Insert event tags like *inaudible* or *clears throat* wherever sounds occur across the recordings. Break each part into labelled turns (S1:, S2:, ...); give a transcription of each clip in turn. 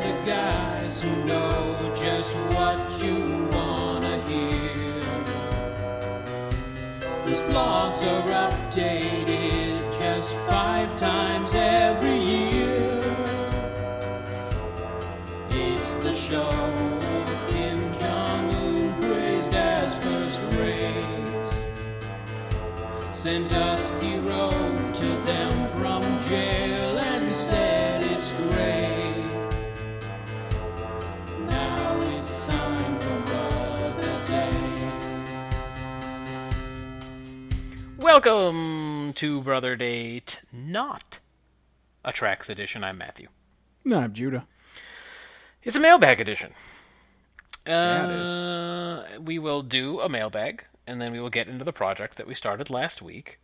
S1: the guys who know just what you wanna hear. These blogs are updated just five times every year. It's the show of Kim Jong Un praised as first rate. Send Dusty Road to them from jail and said it's great. Now it's time for other day.
S2: Welcome to Brother Date, not a tracks edition. I'm Matthew.
S3: No, I'm Judah.
S2: It's a mailbag edition. Uh,
S3: it is.
S2: We will do a mailbag, and then we will get into the project that we started last week.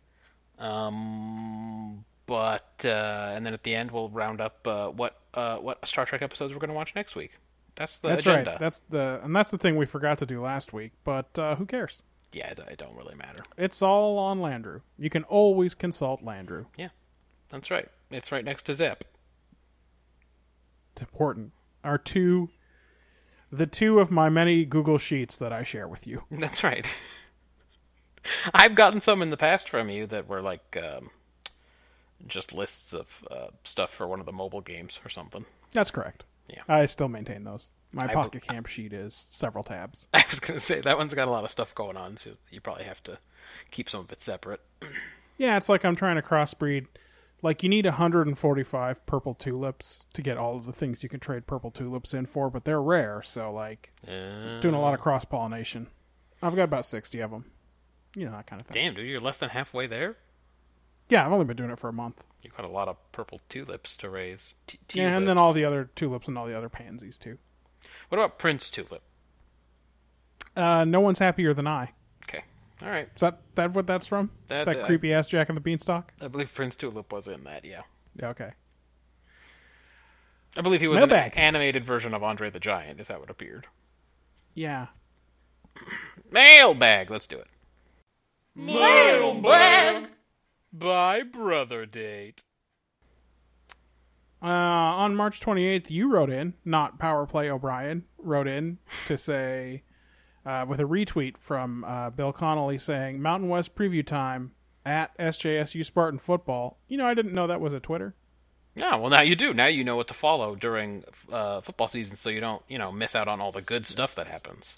S2: Um, but uh, and then at the end we'll round up uh, what uh, what Star Trek episodes we're going to watch next week. That's the
S3: That's
S2: agenda.
S3: right. That's the and that's the thing we forgot to do last week. But uh, who cares?
S2: yeah, it, it don't really matter.
S3: It's all on Landrew. You can always consult Landrew.
S2: Yeah, that's right. It's right next to Zip.
S3: It's important. Our two, the two of my many Google sheets that I share with you.
S2: *laughs* That's right. I've gotten some in the past from you that were like um, just lists of uh, stuff for one of the mobile games or something. *laughs*
S3: That's correct.
S2: Yeah.
S3: I still maintain those. My
S2: bel-
S3: Pocket Camp sheet is several tabs.
S2: I was gonna say that one's got a lot of stuff going on, so you probably have to keep some of it separate.
S3: Yeah, it's like I'm trying to crossbreed. Like you need 145 purple tulips to get all of the things you can trade purple tulips in for, but they're rare. So like
S2: Uh,
S3: doing a lot of cross pollination. I've got about 60 of them. You know, that kind of thing.
S2: damn, dude, you're less than halfway there.
S3: Yeah, I've only been doing it for a month.
S2: You got a lot of purple tulips to raise. T-
S3: Yeah, and then
S2: tulips.
S3: all the other tulips and all the other pansies, too.
S2: What about Prince Tulip?
S3: Uh, no one's happier than I.
S2: Okay, all right.
S3: Is that, that what that's from?
S2: That-
S3: That,
S2: that-
S3: creepy ass Jack and the Beanstalk?
S2: I believe Prince Tulip was in that. Yeah,
S3: Yeah, okay.
S2: I believe he was
S3: Mailbag.
S2: an animated version of Andre the Giant. Is that what appeared?
S3: Yeah.
S2: Mailbag. Let's do it. Mailbag by brother date.
S3: Uh, on March 28th, you wrote in, not Power Play O'Brien, wrote in to *laughs* say, uh, with a retweet from uh, Bill Connolly saying, Mountain West preview time at SJSU Spartan Football. You know, I didn't know that was a Twitter.
S2: Yeah, well now you do. Now you know what to follow during uh, football season, so you don't you know miss out on all the good stuff that happens.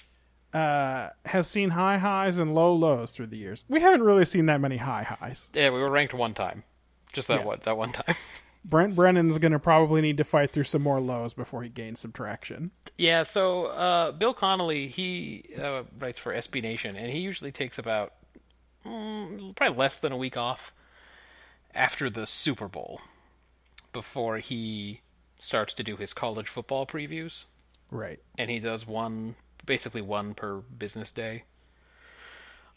S3: uh, has seen high highs and low lows through the years. We haven't really seen that many high highs.
S2: Yeah, we were ranked one time, just that one that one time.
S3: Brent Brennan's going to probably need to fight through some more lows before he gains some traction.
S2: yeah, so uh, Bill Connolly he uh, writes for SB Nation, and he usually takes about mm, probably less than a week off after the Super Bowl before he starts to do his college football previews.
S3: Right.
S2: and he does one basically one per business day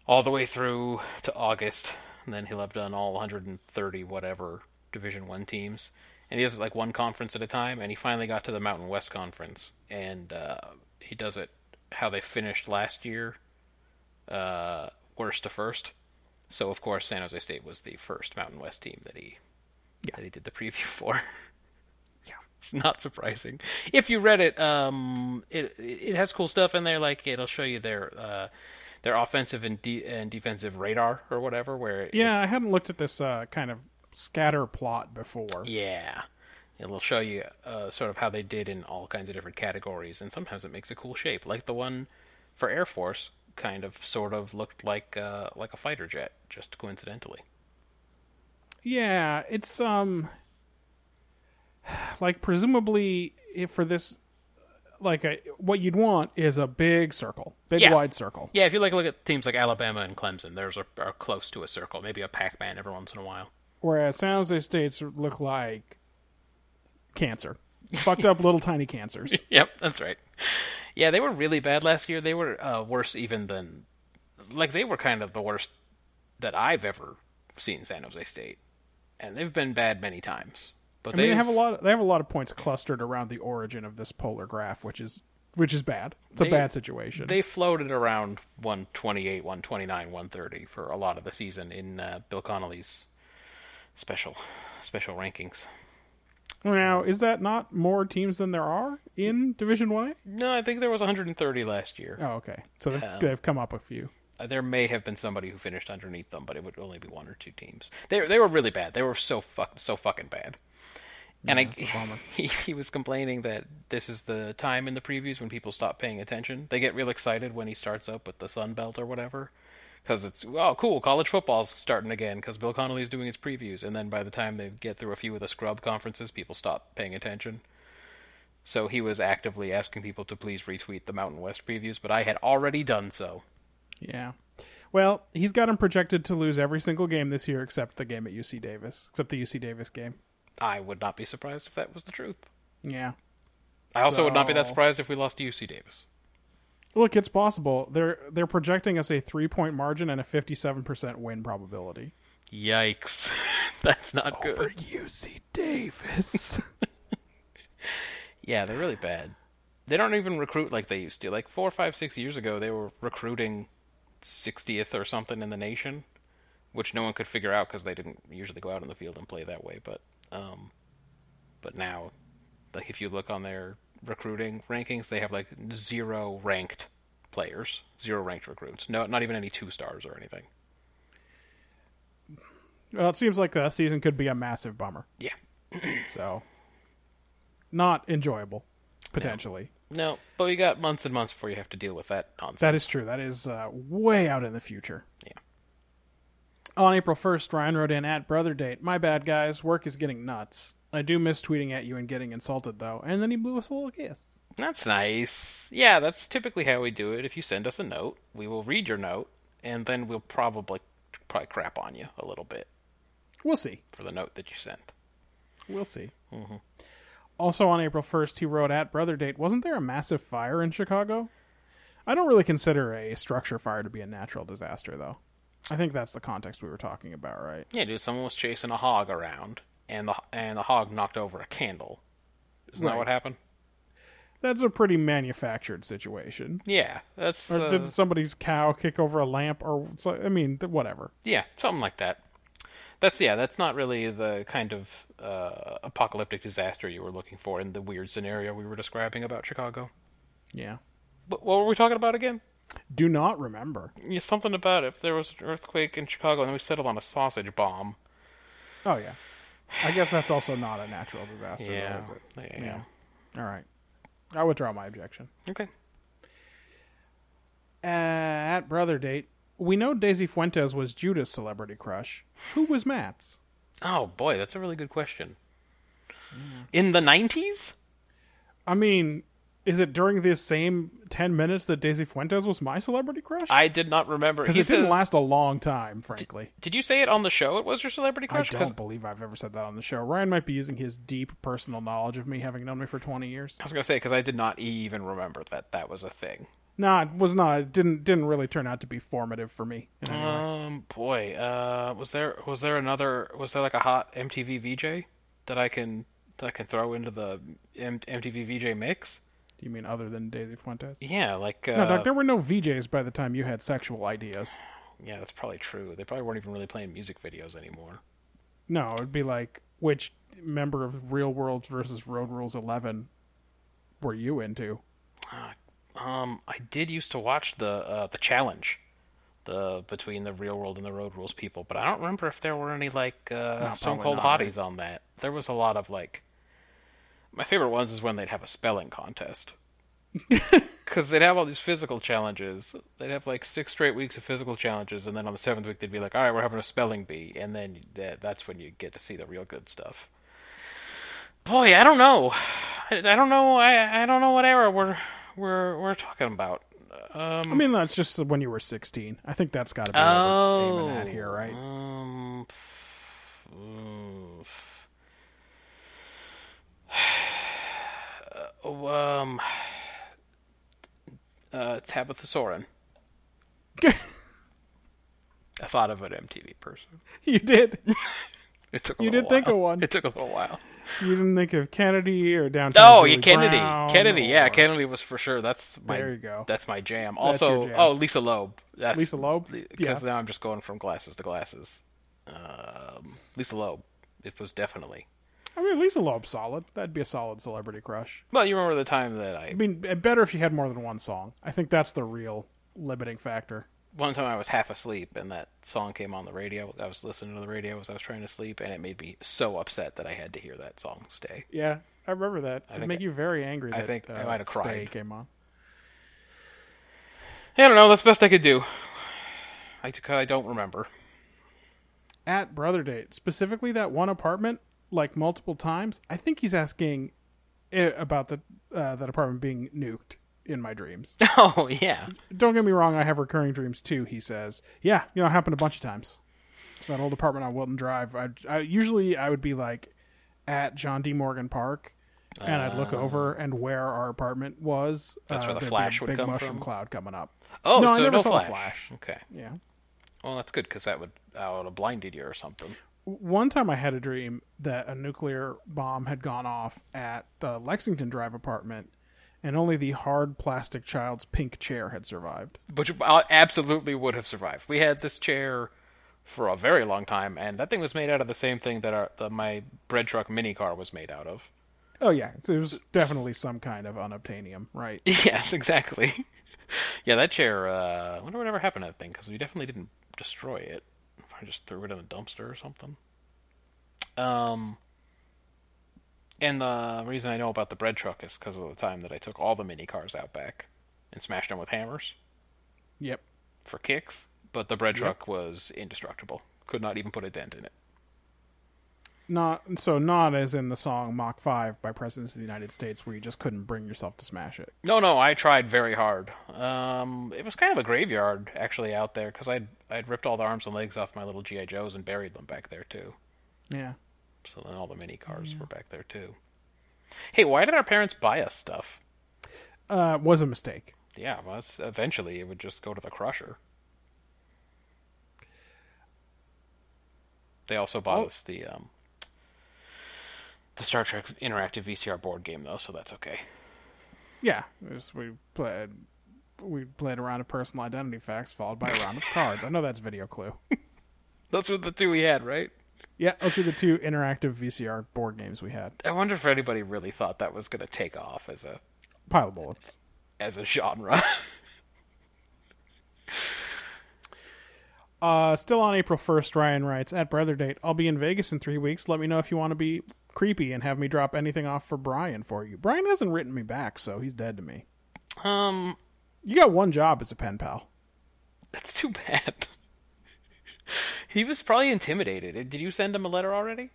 S2: all the way through to august and then he'll have done all 130 whatever division one teams and he does it like one conference at a time and he finally got to the mountain west conference and uh, he does it how they finished last year uh, worst to first so of course san jose state was the first mountain west team that he that he did the preview *laughs* for it's not surprising. If you read it, um, it it has cool stuff in there. Like it'll show you their uh, their offensive and de- and defensive radar or whatever. Where it-
S3: Yeah, I hadn't looked at this uh, kind of scatter plot before.
S2: yeah, it'll show you uh, sort of how they did in all kinds of different categories. And sometimes it makes a cool shape, like the one for Air Force. Kind of, sort of looked like uh, like a fighter jet, just coincidentally.
S3: Yeah, it's um *sighs* like presumably if for this like a, what you'd want is a big circle, big
S2: Yeah.
S3: wide circle.
S2: Yeah, if you like look at teams like Alabama and Clemson, theirs are, are close to a circle, maybe a Pac-Man every once in a while.
S3: Whereas San Jose States look like cancer. Fucked up little tiny cancers.
S2: Yep, that's right. Yeah, they were really bad last year. They were uh, worse even than, like they were kind of the worst that I've ever seen San Jose State, and they've been bad many times. But
S3: I mean, they have a lot. They have a lot of points clustered around the origin of this polar graph, which is which is bad. It's
S2: They-
S3: a bad situation.
S2: They floated around 128, 129, 130 for a lot of the season in uh, Bill Connolly's special special rankings.
S3: now, is that not more teams than there are in Division One
S2: No, I think there was 130 last year.
S3: A? Oh, okay. So they've, they've come up a few.
S2: Uh, There may have been somebody who finished underneath them, but it would only be one or two teams. They they were really bad. They were so fuck so fucking bad. And I, *laughs* he, he was complaining that this is the time in the previews when people stop paying attention. They get real excited when he starts up with the Sun Belt or whatever, because it's oh cool, college football's starting again because Bill Connolly's doing his previews. And then by the time they get through a few of the scrub conferences, people stop paying attention. So he was actively asking people to please retweet the Mountain West previews, but I had already done so.
S3: Yeah. Well, he's got him projected to lose every single game this year except the game at UC Davis, except the UC Davis game.
S2: I would not be surprised if that was the truth.
S3: Yeah.
S2: I also would not be that
S3: So-
S2: surprised if we lost to UC Davis.
S3: Look, it's possible. They're they're projecting us a three point margin and a fifty seven percent win probability.
S2: Yikes. *laughs* That's not good.
S3: UC Davis.
S2: Yeah, they're really bad. They don't even recruit like they used to. Like four, five, six years ago, they were recruiting 60th or something in the nation, which no one could figure out because they didn't usually go out in the field and play that way. But, um, but now, like if you look on their recruiting rankings, they have like zero ranked players, zero ranked recruits. No, not even any two stars or anything.
S3: *laughs* well, it seems like the season could be a massive bummer.
S2: Yeah.
S3: So not enjoyable, potentially.
S2: No, but we got months and months before you have to deal with that nonsense.
S3: That is true. That is uh, way out in the future.
S2: Yeah.
S3: On April 1st, Ryan wrote in at brother date. My bad, guys. Work is getting nuts. I do miss tweeting at you and getting insulted, though. And then he blew us a little kiss.
S2: That's nice. Yeah, that's typically how we do it. If you send us a note, we will read your note, and then we'll probably probably crap on you a little bit
S3: We'll see.
S2: for the note that you sent.
S3: We'll see. Also on April 1st, he wrote at brother date. Wasn't there a massive fire in Chicago? I don't really consider a structure fire to be a natural disaster, though. I think that's the context we were talking about, right?
S2: Yeah, dude, someone was chasing a hog around, and the and the hog knocked over a candle. Isn't that
S3: Right.
S2: what happened?
S3: That's a pretty manufactured situation.
S2: Yeah, that's
S3: Or
S2: uh,
S3: did somebody's cow kick over a lamp? Or it's like- I mean, th- whatever.
S2: yeah, something like that. That's yeah, that's not really the kind of uh, apocalyptic disaster you were looking for in the weird scenario we were describing about Chicago.
S3: Yeah.
S2: But what were we talking about again?
S3: Do not remember.
S2: Yeah, something about if there was an earthquake in Chicago and we settled on a sausage bomb.
S3: Oh yeah. I guess that's also not a natural disaster,
S2: Yeah.
S3: though, is it?
S2: Yeah.
S3: All right. I withdraw my objection.
S2: Okay.
S3: Uh, at brother date, we know Daisy Fuentes was Judah's celebrity crush. Who was Matt's?
S2: Oh boy, that's a really good question. In the nineties?
S3: I mean, is it during this same ten minutes that Daisy Fuentes was my celebrity crush?
S2: I did not remember.
S3: because
S2: He
S3: it didn't
S2: says-
S3: last a long time, frankly.
S2: Did you say it on the show? It was your celebrity
S3: I
S2: crush. 'Cause
S3: don't believe I've ever said that on the show. Ryan might be using his deep personal knowledge of me, having known me for twenty years.
S2: I was gonna say because I did not even remember that that was a thing.
S3: Nah, it was not. It didn't didn't really turn out to be formative for me. in any way.
S2: Um, boy, uh, was there was there another was there like a hot MTV VJ that I can that I can throw into the M- MTV VJ mix?
S3: Do you mean other than Daisy Fuentes?
S2: Yeah, like uh,
S3: No, Doc, there were no VJs by the time you had sexual ideas.
S2: Yeah, that's probably true. They probably weren't even really playing music videos anymore.
S3: No, it'd be like which member of Real World versus Road Rules Eleven were you into?
S2: Um, I did used to watch the uh, the challenge, the between the real world and the road rules people, but I don't remember if there were any like uh,
S3: No,
S2: Stone
S3: probably
S2: Cold
S3: not.
S2: Hotties on that. There was a lot of like. My favorite ones is when they'd have a spelling
S3: *laughs*
S2: contest. Because they'd have all these physical challenges. They'd have like six straight weeks of physical challenges, and then on the seventh week they'd be like, "All right, we're having a spelling bee," and then that, that's when you get to see the real good stuff. Boy, I don't know. I, I don't know. I I don't know what era we're we're we're talking about.
S3: I
S2: Um,
S3: mean, that's just when you were sixteen. I think that's got to be what we're aiming at here, right? *laughs*
S2: Um. f- oof. *sighs* Oh, um. Uh, Tabitha *laughs* Soren. I thought of an MTV person.
S3: You did.
S2: It took. A
S3: You
S2: little
S3: did think
S2: while.
S3: of one.
S2: It took a little while.
S3: You didn't think of Kennedy or downtown.
S2: No,
S3: Julie
S2: you Oh, Kennedy,
S3: Brown
S2: Kennedy, yeah,
S3: or
S2: Kennedy was for sure. That's my.
S3: There you go.
S2: That's my jam.
S3: That's your
S2: Also,
S3: jam.
S2: oh, Lisa Loeb. That's,
S3: Lisa Loeb? Yeah.
S2: Because now I'm just going from glasses to glasses. Um, Lisa Loeb. It was definitely.
S3: I mean, Lisa Loeb's solid. That'd be a solid celebrity crush.
S2: Well, you remember the time that I
S3: I mean, better if she had more than one song. I think that's the real limiting factor.
S2: one time I was half asleep and that song came on the radio. I was listening to the radio as I was trying to sleep, and it made me so upset that I had to hear that song stay.
S3: Yeah, I remember that. It
S2: think
S3: make
S2: I-
S3: you very angry. That,
S2: I think I
S3: uh,
S2: might have
S3: Stay
S2: cried.
S3: Came on.
S2: I don't know. That's the best I could do. I, I don't remember. *laughs*
S3: at brother date specifically that one apartment like multiple times i think he's asking eh, about the uh, that apartment being nuked in my dreams
S2: Oh yeah.
S3: don't get me wrong i have recurring dreams too he says yeah you know it happened a bunch of times that old apartment on wilton drive i, I usually i would be like at john d morgan park and I'd look over and where our apartment was.
S2: Ah.
S3: Uh,
S2: That's where the
S3: there'd be a
S2: flash would
S3: big
S2: come
S3: mushroom
S2: from?
S3: cloud coming up.
S2: Oh,
S3: no,
S2: so
S3: I never
S2: no
S3: saw
S2: flash.
S3: the flash.
S2: Okay.
S3: Yeah,
S2: Well, that's good because that would I would have blinded you or something.
S3: one time I had a dream that a nuclear bomb had gone off at the Lexington Drive apartment, and only the hard plastic child's pink chair had survived.
S2: Which I absolutely would have survived. We had this chair for a very long time, and that thing was made out of the same thing that our that my bread truck mini car was made out of.
S3: Oh yeah, so it was definitely some kind of unobtainium, right?
S2: *laughs* Yes, exactly. *laughs* yeah, that chair. Uh, I wonder whatever happened to that thing because we definitely didn't destroy it. If I just threw it in a dumpster or something. Um. And the reason I know about the bread truck is because of the time that I took all the mini cars out back and smashed them with hammers
S3: Yep.
S2: for kicks. But the bread truck was indestructible; could not even put a dent in it.
S3: Not so not as in the song Mach Five by Presidents of the United States, where you just couldn't bring yourself to smash it.
S2: No, no, I tried very hard. Um, it was kind of a graveyard actually out there because I'd I'd ripped all the arms and legs off my little GI Joes and buried them back there too.
S3: Yeah.
S2: So then all the mini cars were back there too. Hey, why did our parents buy us stuff?
S3: Uh, was a mistake.
S2: Yeah, well, that's, eventually it would just go to the crusher. They also bought us the um, the Star Trek interactive VCR board game though, so that's okay.
S3: Yeah, it was- we played we played a round of personal identity facts followed by a round of cards. I know that's video clue. *laughs*
S2: Those were the two we had, right?
S3: Yeah, those were the two interactive VCR board games we had.
S2: I wonder if anybody really thought that was going to take off as a
S3: Pile of bullets.
S2: as a genre. *laughs*
S3: Uh, still on April 1st, Ryan writes, At Brother Date, I'll be in Vegas in three weeks. Let me know if you want to be creepy and have me drop anything off for Brian for you. Brian hasn't written me back, so he's dead to me.
S2: um,
S3: You got one job as a pen pal.
S2: that's too bad. *laughs* he was probably intimidated. Did you send him a letter already?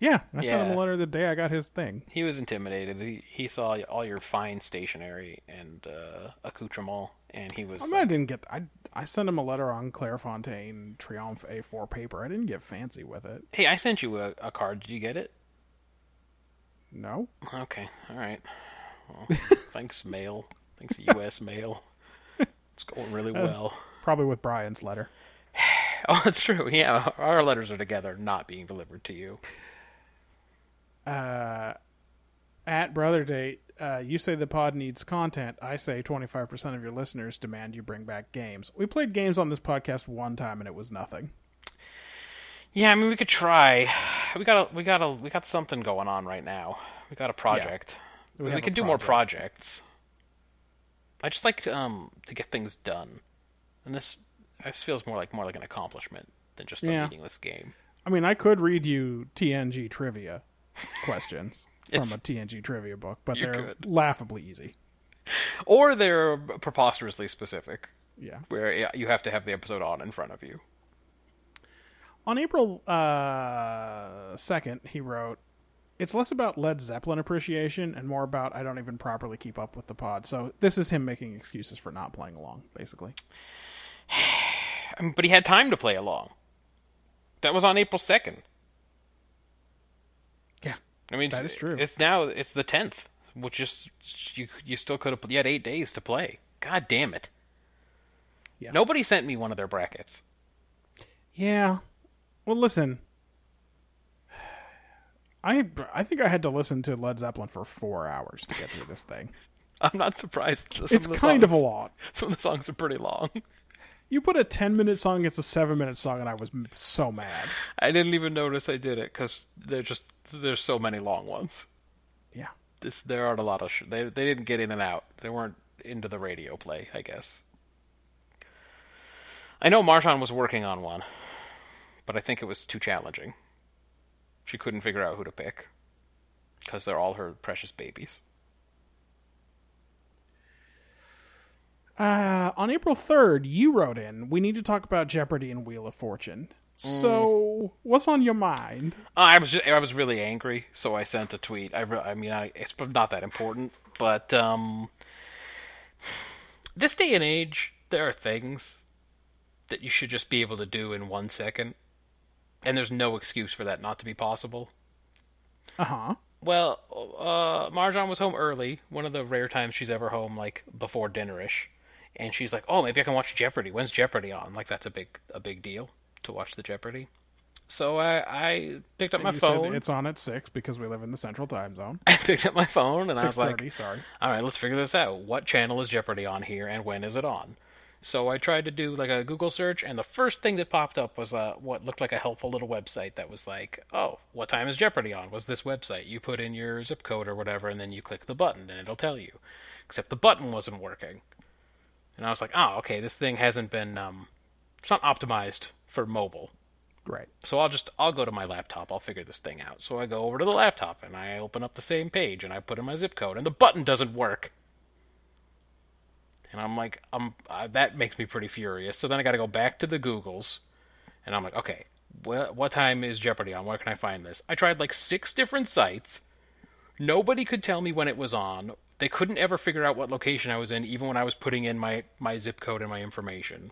S3: Yeah, I sent him
S2: Yeah.
S3: a letter the day I got his thing.
S2: He was intimidated. He, he saw all your fine stationery and uh, accoutrement, and he was
S3: I, mean, I
S2: like,
S3: didn't get. I I sent him a letter on Clairefontaine Triumph A4 paper. I didn't get fancy with it.
S2: "Hey, I sent you a, a card. Did you get it?"
S3: No,
S2: Okay, all right. Well, thanks, mail. Thanks, U.S. mail. It's going really well. *laughs*
S3: probably with Brian's letter.
S2: Oh, that's true. Yeah, our letters are together, not being delivered to you.
S3: at brother date uh, you say the pod needs content i say 25% of your listeners demand you bring back games we played games on this podcast one time and it was nothing
S2: Yeah, I mean we could try. *sighs* We got a we got a we got something going on right now. We got a project.
S3: We
S2: We,
S3: have a
S2: could do more projects. I just like to, um to get things done, and this this feels more like more like an accomplishment than just a
S3: Yeah.
S2: meaningless game.
S3: i mean i could read you tng trivia
S2: *laughs*
S3: questions
S2: It's-
S3: from a tng trivia book but
S2: You
S3: they're
S2: could.
S3: laughably easy
S2: Or they're preposterously specific,
S3: yeah
S2: where yeah, you have to have the episode on in front of you.
S3: on april uh, 2nd he wrote it's less about led zeppelin appreciation and more about i don't even properly keep up with the pod so this is him making excuses for not playing along basically
S2: I mean, Um, but he had time to play along. That was on April second.
S3: yeah
S2: I mean,
S3: That
S2: it's-
S3: is true.
S2: It's now it's the tenth, which is you you still could have you had eight days to play. God damn it!
S3: Yeah.
S2: Nobody sent me one of their brackets.
S3: Yeah. Well, listen. *sighs* I I think I had to listen to Led Zeppelin for four hours to get through
S2: *laughs*
S3: this thing.
S2: I'm not surprised. that some
S3: it's
S2: of the
S3: kind of a
S2: songs-
S3: lot.
S2: Some of the songs are pretty long.
S3: You put a ten minute song against a seven minute song, and I was m- so mad.
S2: I didn't even notice I did it because they're just there's so many long ones.
S3: Yeah.
S2: This, there aren't a lot of sh- they they didn't get in and out. They weren't into the radio play, I guess. I know Marshawn was working on one, but I think it was too challenging. She couldn't figure out who to pick because they're all her precious babies.
S3: Uh, on April 3rd, you wrote in, we need to talk about Jeopardy and Wheel of Fortune.
S2: Mm.
S3: So, what's on your mind?
S2: I was I was really angry, so I sent a tweet. I, re- I mean, I, it's not that important, but um, this day and age, there are things that you should just be able to do in one second, and there's no excuse for that not to be possible.
S3: Uh huh.
S2: Well, uh, Marjan was home early, one of the rare times she's ever home, like before dinnerish, and she's like, "Oh, maybe I can watch Jeopardy. When's Jeopardy on? Like that's a big a big deal to watch the Jeopardy." So I, I picked up my
S3: you
S2: phone.
S3: said it's on at 6 because we live in the central time zone.
S2: *laughs* I picked up my phone and I was
S3: 6.30,
S2: like,
S3: sorry.
S2: all right, let's figure this out. What channel is Jeopardy on here and when is it on? So I tried to do like a Google search and the first thing that popped up was uh, what looked like a helpful little website that was like, oh, what time is Jeopardy on? Was this website? You put in your zip code or whatever and then you click the button and it'll tell you. Except the button wasn't working. And I was like, oh, okay, this thing hasn't been, um, it's not optimized for mobile
S3: Right.
S2: so I'll just I'll go to my laptop. I'll figure this thing out. So I go over to the laptop and I open up the same page and I put in my zip code and the button doesn't work. And I'm like, um, uh, that makes me pretty furious. So then I got to go back to the Googles, and I'm like, okay, wh- what time is Jeopardy on? Where can I find this? I tried like six different sites. Nobody could tell me when it was on. They couldn't ever figure out what location I was in, even when I was putting in my my zip code and my information.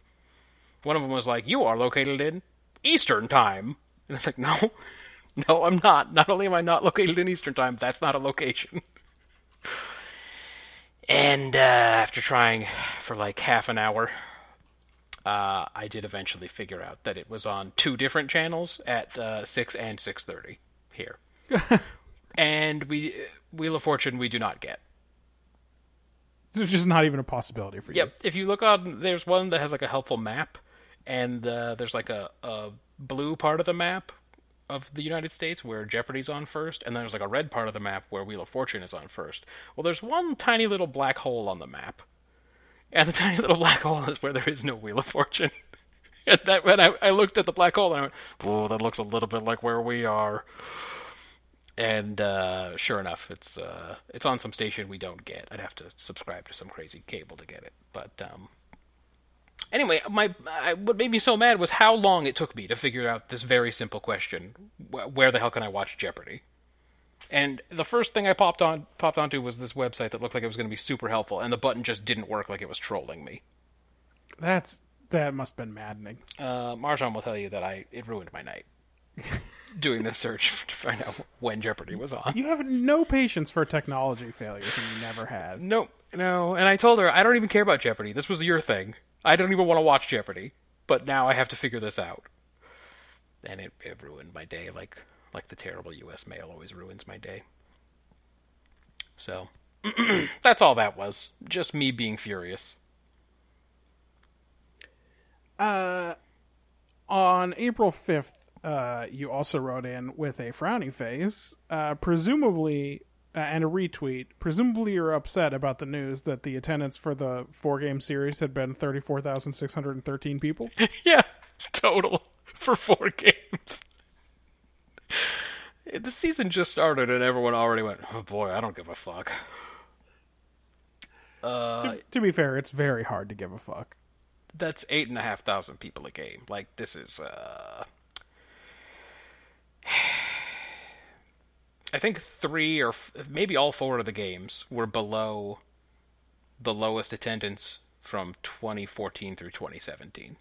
S2: One of them was like, "You are located in Eastern Time," and it's like, "No, no, I'm not. Not only am I not located in Eastern Time, that's not a location." And uh, after trying for like half an hour, uh, I did eventually figure out that it was on two different channels at uh, six and six thirty here. and we uh, Wheel of Fortune we do not get.
S3: It's just not even a possibility for you.
S2: Yep. If you look on, there's one that has like a helpful map, and uh, there's like a, a blue part of the map of the United States where Jeopardy's on first, and then there's like a red part of the map where Wheel of Fortune is on first. Well, there's one tiny little black hole on the map, and the *laughs* tiny little black hole is where there is no Wheel of Fortune. *laughs* and that when I, I looked at the black hole, and I went, "Oh, that looks a little bit like where we are." And uh, sure enough, it's uh, it's on some station we don't get. I'd have to subscribe to some crazy cable to get it. But um, anyway, my I, what made me so mad was how long it took me to figure out this very simple question: wh- where the hell can I watch Jeopardy? And the first thing I popped on popped onto was this website that looked like it was going to be super helpful, and the button just didn't work, like it was trolling me.
S3: That's That must have been maddening.
S2: Uh, Marjan will tell you that I it ruined my night *laughs* doing this search *laughs* to find out when Jeopardy was on.
S3: You have no patience for technology failures, and you never had.
S2: No, no. And I told her I don't even care about Jeopardy. This was your thing. I don't even want to watch Jeopardy. But now I have to figure this out. And it, it ruined my day, like like the terrible U.S. mail always ruins my day. So *clears throat* that's all that was. Just me being furious. *laughs*
S3: On April 5th, uh, you also wrote in with a frowny face, uh, presumably, uh, and a retweet. Presumably, you're upset about the news that the attendance for the four game series had been 34,613 people.
S2: yeah, total for four games. the season just started, and everyone already went, "Oh boy, I don't give a fuck." Uh,
S3: to, to be fair, it's very hard to give a fuck.
S2: that's eight and a half thousand people a game. Like this is uh *sighs* I think three or f- maybe all four of the games were below the lowest attendance from 2014 through 2017.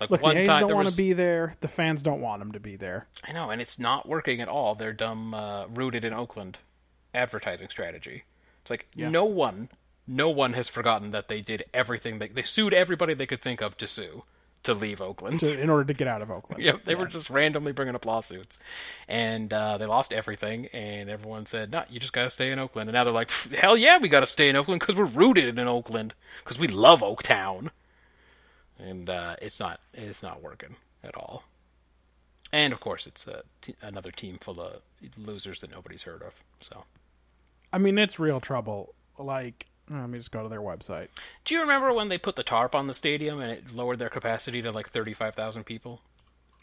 S2: Like
S3: Look,
S2: one
S3: the A's
S2: time
S3: don't
S2: there
S3: want to
S2: was,
S3: be there. The fans don't want them to be there.
S2: I know, and it's not working at all. Their dumb uh, rooted in Oakland advertising strategy. It's like no one, no one has forgotten that they did everything. They, they sued everybody they could think of to sue. to leave Oakland.
S3: to, in order to get out of Oakland.
S2: *laughs* Yep, they were just randomly bringing up lawsuits, and uh, they lost everything. And everyone said, "No, you just gotta stay in Oakland." And now they're like, "Pff, "Hell yeah, we gotta stay in Oakland because we're rooted in Oakland because we love Oaktown." And uh, it's not it's not working at all. And of course, it's a t- another team full of losers that nobody's heard of. So,
S3: I mean, it's real trouble. Like, let me just go to their website.
S2: do you remember when they put the tarp on the stadium and it lowered their capacity to like thirty five thousand people?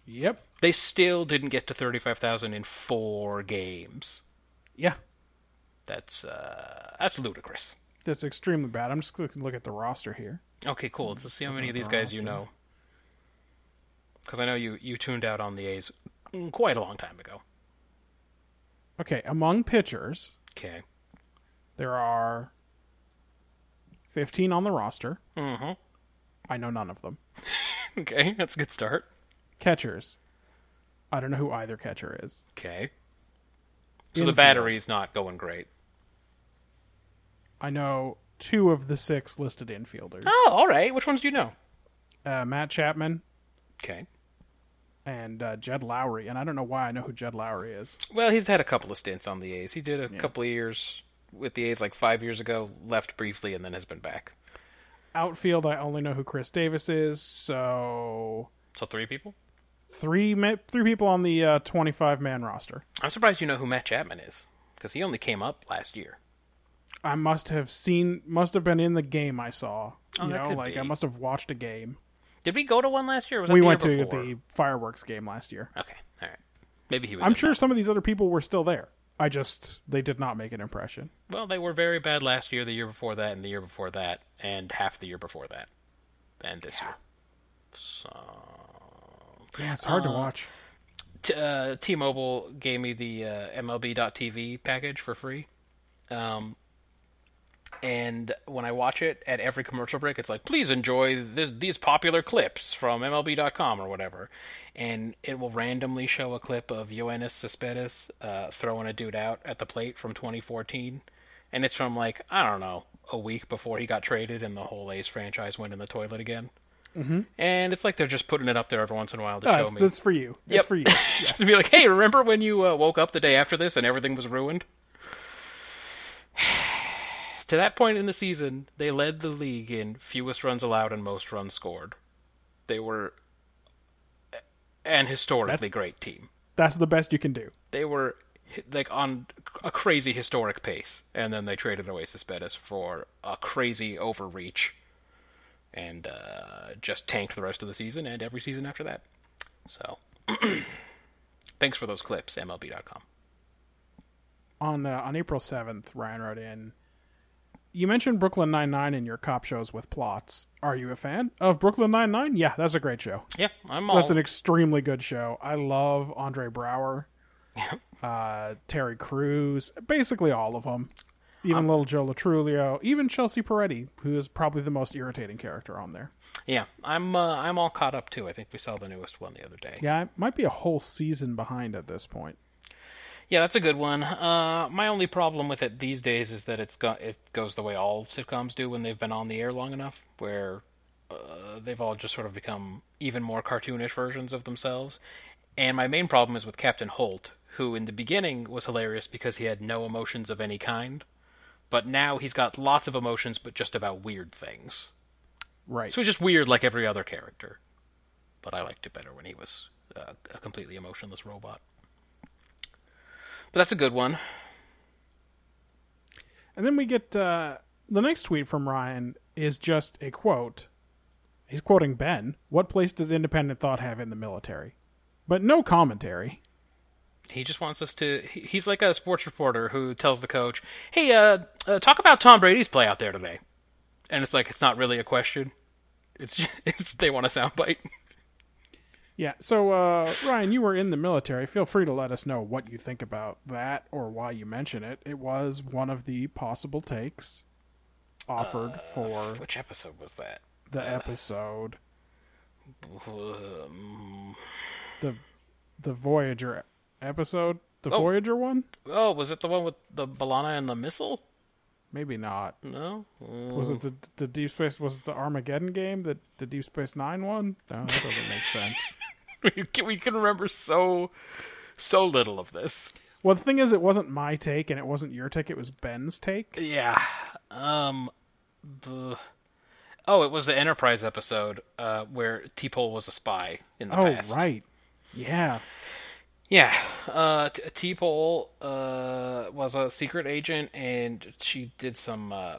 S3: Yep.
S2: They still didn't get to thirty five thousand in four games.
S3: Yeah.
S2: That's uh, that's ludicrous.
S3: That's extremely bad. I'm just going to look at the roster here.
S2: Okay, cool. Let's see how many of these guys you know. Because I know you you tuned out on the A's quite a long time ago.
S3: Okay, among pitchers,
S2: Okay.
S3: there are 15 on the roster. Mm-hmm. I know none of them.
S2: *laughs* Okay, that's a good start.
S3: Catchers. I don't know who either catcher is.
S2: Okay. So the battery's not going great.
S3: I know two of the six listed infielders
S2: Oh, all right. Which ones do you know?
S3: uh, Matt Chapman
S2: Okay.
S3: and uh, Jed Lowry. And I don't know why I know who Jed Lowry is.
S2: Well, he's had a couple of stints on the A's. He did a couple of years with the A's, like five years ago. Left briefly and then has been back.
S3: Outfield, I only know who Chris Davis is. So
S2: So three people.
S3: three ma- three people on the uh, 25 man roster.
S2: I'm surprised you know who Matt Chapman is because he only came up last year.
S3: I must have seen, must have been in the game I saw.
S2: Oh,
S3: you
S2: that
S3: know,
S2: could
S3: like
S2: be.
S3: I must have watched a game.
S2: Did we go to one last year? Or was that
S3: we
S2: the
S3: went
S2: year
S3: to
S2: before?
S3: the fireworks game last year.
S2: Okay, all right. Maybe he was.
S3: I'm
S2: in
S3: sure
S2: that.
S3: some of these other people were still there. I just they did not make an impression.
S2: Well, they were very bad last year, the year before that, and the year before that, and half the year before that, and this year.
S3: Yeah, it's hard to
S2: Ah,
S3: watch.
S2: T- uh, T-Mobile gave me the uh, MLB.TV package for free, um, and when I watch it at every commercial break, it's like, "Please enjoy this, these popular clips from MLB.com or whatever," and it will randomly show a clip of Ioannis Cespedes uh, throwing a dude out at the plate from 2014, and it's from like I don't know a week before he got traded, and the whole A's franchise went in the toilet again. Mm-hmm. And it's like they're just putting it up there every once in a while to
S3: No,
S2: show
S3: it's,
S2: me.
S3: that's for you. It's
S2: Yep.
S3: for you. *laughs*
S2: *laughs* Just to be like, hey, remember when you uh, woke up the day after this and everything was ruined? *sighs* to that point in the season, they led the league in fewest runs allowed and most runs scored. They were a- an historically great team.
S3: That's the best you can do.
S2: They were hi- like on a crazy historic pace, and then they traded away Cespedes for a crazy overreach, and uh, just tanked the rest of the season and every season after that. So, *clears throat* thanks for those clips, MLB.com.
S3: On uh, on April seventh, Ryan wrote in. You mentioned Brooklyn Nine Nine in your cop shows with plots. Are you a fan of Brooklyn Nine Nine? Yeah, that's a great show.
S2: Yeah, I'm all.
S3: That's an extremely good show. I love Andre Brower, uh, Terry Crews, basically all of them. Even little Joe Latrulio, even Chelsea Peretti, who is probably the most irritating character on there.
S2: yeah, I'm. Uh, I'm all caught up too. I think we saw the newest one the other day.
S3: Yeah, I might be a whole season behind at this point.
S2: Yeah, that's a good one. Uh, my only problem with it these days is that it's go- it goes the way all sitcoms do when they've been on the air long enough, where uh, they've all just sort of become even more cartoonish versions of themselves. And my main problem is with Captain Holt, who in the beginning was hilarious because he had no emotions of any kind, but now he's got lots of emotions, but just about weird things.
S3: Right.
S2: So he's just weird like every other character. But I liked it better when he was uh, a completely emotionless robot. But that's a good one.
S3: And then we get uh, the next tweet from Ryan is just a quote. He's quoting Ben. What place does independent thought have in the military? But no commentary.
S2: He just wants us to. he- He's like a sports reporter who tells the coach, "Hey, uh, uh talk about Tom Brady's play out there today." And it's like it's not really a question. It's just, *laughs* it's they want a soundbite.
S3: Yeah. So, uh, Ryan, you were in the military. Feel free to let us know what you think about that or why you mention it. It was one of the possible takes offered
S2: *laughs*
S3: for
S2: Which episode was Uh, that?
S3: the episode,
S2: Um,
S3: the the Voyager episode, the
S2: Oh.
S3: Voyager one.
S2: oh, was it the one with the Balana and the missile?
S3: Maybe not.
S2: No? *laughs* Mm.
S3: Was it the the Deep Space? Was it the Armageddon game that the Deep Space Nine one? No, that
S2: *laughs*
S3: doesn't make sense.
S2: we, can, we can remember so so little of this.
S3: Well, the thing is, it wasn't my take and it wasn't your take. It was Ben's take.
S2: Yeah. Um. The oh, it was the Enterprise episode uh, where T-Pole was a spy in the
S3: Oh,
S2: past.
S3: right. Yeah.
S2: Yeah. Uh, T- T-Pole uh, was a secret agent, and she did some uh,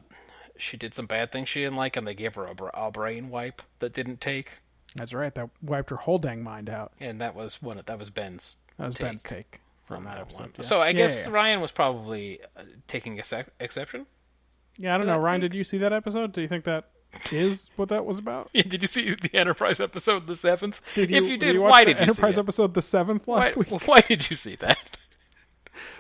S2: she did some bad things she didn't like, and they gave her a, bra- a brain wipe that didn't take,
S3: That's right. That wiped her whole dang mind out.
S2: and that was one. of- That was Ben's.
S3: That was
S2: Take
S3: Ben's take from that episode.
S2: one.
S3: yeah.
S2: So I
S3: Yeah,
S2: guess
S3: yeah, yeah.
S2: Ryan was probably uh, taking excep- exception. *laughs*
S3: Yeah, I don't know. Ryan, did you see that episode? Do you think that is what that was about?
S2: Did you see the Enterprise episode the seventh?
S3: Did
S2: *laughs* if you did,
S3: watch
S2: why
S3: the
S2: did you
S3: Enterprise
S2: see it?
S3: episode the seventh
S2: Why,
S3: last week?
S2: *laughs* why did you see that?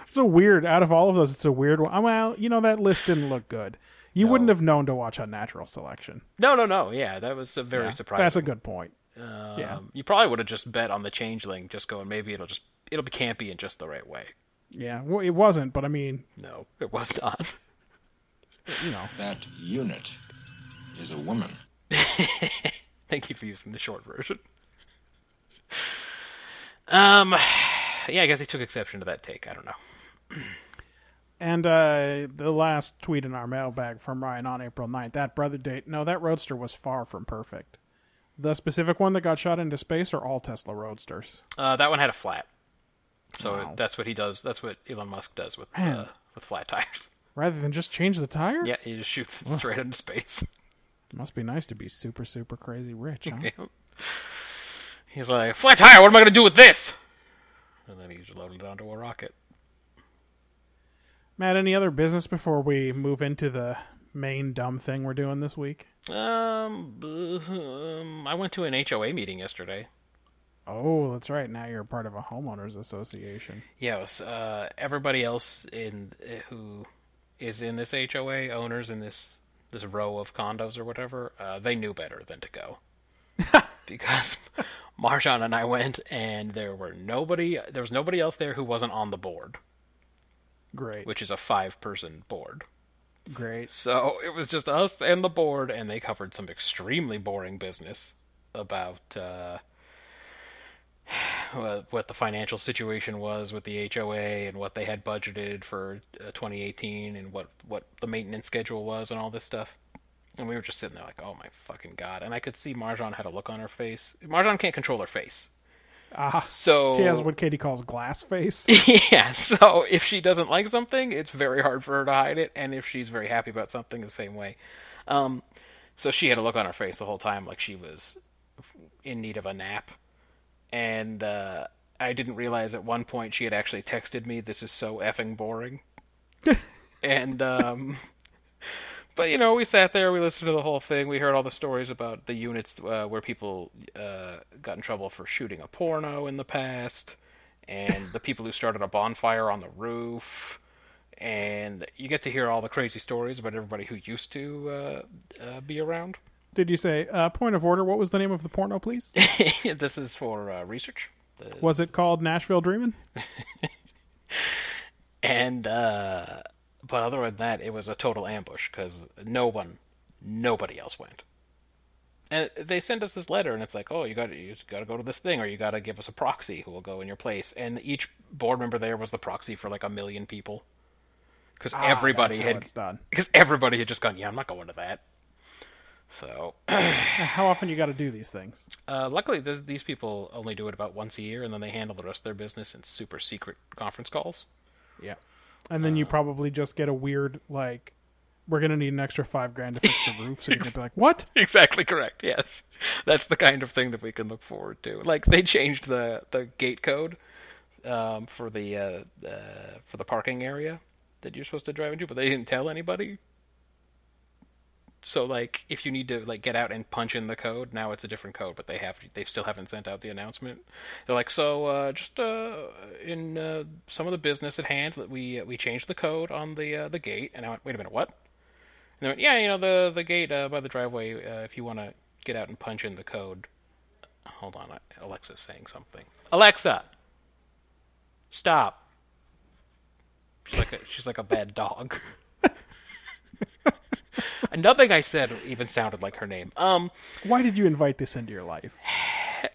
S3: It's a weird. Out of all of those, it's a weird one. Well, you know that list didn't look good. You wouldn't have known to watch on natural selection.
S2: No, no, no. Yeah, that was a very surprising.
S3: That's a good point.
S2: um,
S3: yeah.
S2: You probably would have just bet on the changeling, just going maybe it'll just it'll be campy in just the right way.
S3: Yeah, well, it wasn't, but I mean,
S2: No, it was not. *laughs*
S3: you know,
S4: That unit is a woman.
S2: Thank you for using the short version. Um, yeah, I guess he took exception to that take. I don't know.
S3: And uh, the last tweet in our mailbag from Ryan on April 9th that brother date, no, that roadster was far from perfect. The specific one that got shot into space are all Tesla roadsters.
S2: Uh, that one had a flat, so
S3: Wow.
S2: that's what he does. That's what Elon Musk does with uh, with flat
S3: *laughs*
S2: tires.
S3: Rather than just change the tire?
S2: Yeah, he just shoots it straight into space. *laughs*
S3: It must be nice to be super, super crazy rich, huh?
S2: He's like, flat tire, what am I going to do with this? And then he just loaded it onto a rocket.
S3: Matt, any other business before we move into the main dumb thing we're doing this week?
S2: Um, *laughs* b- um, I went to an HOA meeting yesterday.
S3: Oh, that's right. Now you're part of a homeowners association.
S2: Yeah, it was, uh, everybody else in who is in this HOA, owners in this this row of condos or whatever, uh, they knew better than to go. because Marjan and I went, and there were nobody. There was nobody else there who wasn't on the board,
S3: Great.
S2: which is a five person board.
S3: Great.
S2: So it was just us and the board, and they covered some extremely boring business about uh, *sighs* what what the financial situation was with the HOA and what they had budgeted for uh, 2018 and what what the maintenance schedule was and all this stuff. And we were just sitting there like, oh my fucking god! And I could see Marjan had a look on her face. Marjan can't control her face,
S3: Ah,
S2: so
S3: She has what Katie calls glass face.
S2: *laughs* yeah, so if she doesn't like something, it's very hard for her to hide it, and if she's very happy about something, the same way. Um, so she had a look on her face the whole time, like she was in need of a nap. And uh, I didn't realize at one point she had actually texted me, "This is so effing boring." and um, but you know, we sat there, we listened to the whole thing, we heard all the stories about the units uh, where people uh, got in trouble for shooting a porno in the past, and the people who started a bonfire on the roof, and you get to hear all the crazy stories about everybody who used to uh, uh, be around. *laughs*
S3: Did you say, uh, point of order, what was the name of the porno, please?
S2: this is for uh, research. The-
S3: Was it called Nashville Dreamin'?
S2: And uh, but other than that, it was a total ambush because no one, nobody else went. And they send us this letter, and it's like, oh, you got to you got to go to this thing, or you got to give us a proxy who will go in your place. And each board member there was the proxy for like a million people, because everybody
S3: Ah, that's how
S2: had
S3: it's done.
S2: because everybody had just gone. Yeah, I'm not going to that. So *clears throat*
S3: How often you got to do these things?
S2: Uh, luckily, th- these people only do it about once a year, and then they handle the rest of their business in super secret conference calls.
S3: Yeah. And then you probably just get a weird like, we're gonna need an extra five grand to fix the roof. So you're gonna be like, what?
S2: *laughs* Exactly correct. Yes, that's the kind of thing that we can look forward to. Like they changed the the gate code um, for the uh, uh, for the parking area that you're supposed to drive into, but they didn't tell anybody. So like, if you need to like get out and punch in the code, now it's a different code, but they have they still haven't sent out the announcement. They're like, so uh, just uh, in uh, some of the business at hand, that we we changed the code on the uh, the gate, and I went, wait a minute, what? And they went, yeah, you know, the the gate uh, by the driveway. Uh, if you want to get out and punch in the code, hold on, I- Alexa's saying something. Alexa, *laughs* stop. She's like a, she's like a bad dog. Nothing I said even sounded like her name. Um,
S3: Why did you invite this into your life?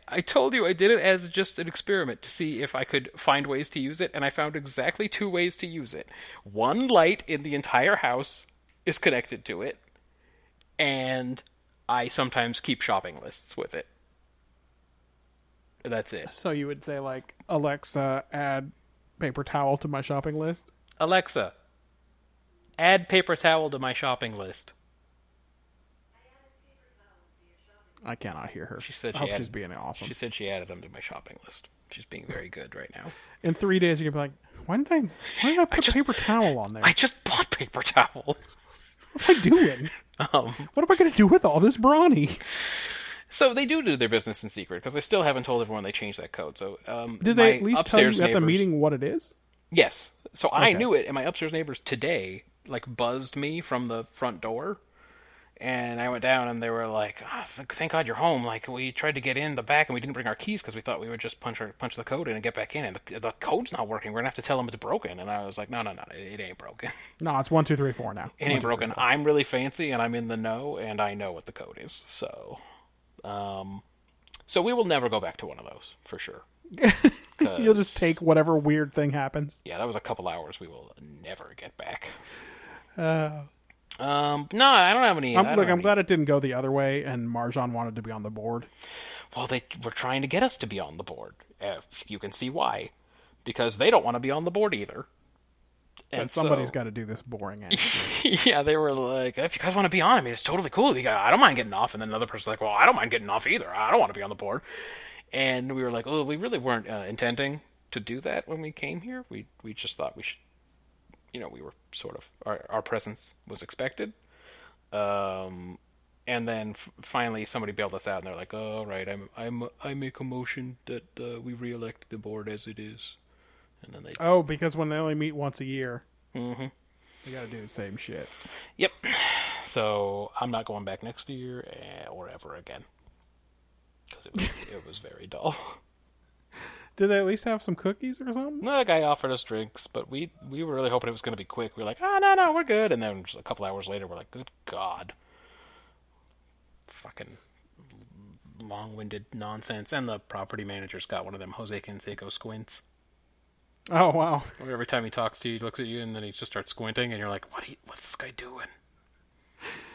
S2: I told you I did it as just an experiment to see if I could find ways to use it, and I found exactly two ways to use it. One light in the entire house is connected to it, and I sometimes keep shopping lists with it. That's it.
S3: So you would say like Alexa, add paper towel to my shopping list.
S2: Alexa, add paper towel to my shopping list.
S3: I cannot hear her.
S2: She said
S3: I
S2: she
S3: hope
S2: added-
S3: she's being awesome.
S2: She said she added them to my shopping list. She's being very good right now. *laughs*
S3: In three days, you're gonna be like, why did I? Why did I put
S2: just-
S3: paper towel on there?
S2: I just bought paper towel.
S3: what am I
S2: *laughs*
S3: doing?
S2: Um,
S3: what am I gonna do with all this brawny?
S2: So they do do their business in secret because I still haven't told everyone they changed that code. So um,
S3: Did they
S2: my
S3: at least tell you
S2: upstairs
S3: at the
S2: neighbors-
S3: meeting what it is?
S2: Yes. So I
S3: Okay.
S2: knew it, and my upstairs neighbors today like buzzed me from the front door, and I went down, and they were like, oh, th- "Thank God you're home!" Like we tried to get in the back, and we didn't bring our keys because we thought we would just punch our, punch the code in and get back in, and the, the code's not working. We're gonna have to tell them it's broken. And I was like, "No, no, no, it, it ain't broken.
S3: No, it's one, two, three, four now.
S2: It ain't broken. I'm really fancy, and I'm in the know, and I know what the code is. So, um, so we will never go back to one of those for sure."
S3: You'll just take whatever weird thing happens.
S2: yeah, that was a couple hours we will never get back. um, no, I don't have any. I
S3: Uh, I'm,
S2: don't
S3: look,
S2: have
S3: I'm
S2: any-
S3: glad it didn't go the other way, and Marjan wanted to be on the board.
S2: Well, they were trying to get us to be on the board. If you can see why, because they don't want to be on the board either.
S3: But somebody's got to do this boring ass.
S2: *laughs* yeah, they were like, if you guys want to be on, I mean, it's totally cool. You guys, I don't mind getting off. And then another person's like, well, I don't mind getting off either. I don't want to be on the board. And we were like, oh, we really weren't uh, intending to do that when we came here. We we just thought we should, you know, we were sort of our our presence was expected. Um, and then f- finally somebody bailed us out, and they're like, oh, all right, I'm I'm I make a motion that uh, we reelect the board as it is. And then they
S3: oh, because when they only meet once a year, mm-hmm. they got to do the same shit.
S2: Yep. *sighs* So I'm not going back next year eh, or ever again because it was, it was very dull. *laughs*
S3: Did they at least have some cookies or something?
S2: No, that guy offered us drinks, but we we were really hoping it was going to be quick. We were like, oh, no, no, we're good. And then just a couple hours later, we're like, good God, fucking long-winded nonsense. And the property manager's got one of them Jose Canseco squints.
S3: Oh wow, *laughs*
S2: Where every time he talks to you, he looks at you, and then he just starts squinting, and you're like, what? He, what's this guy doing?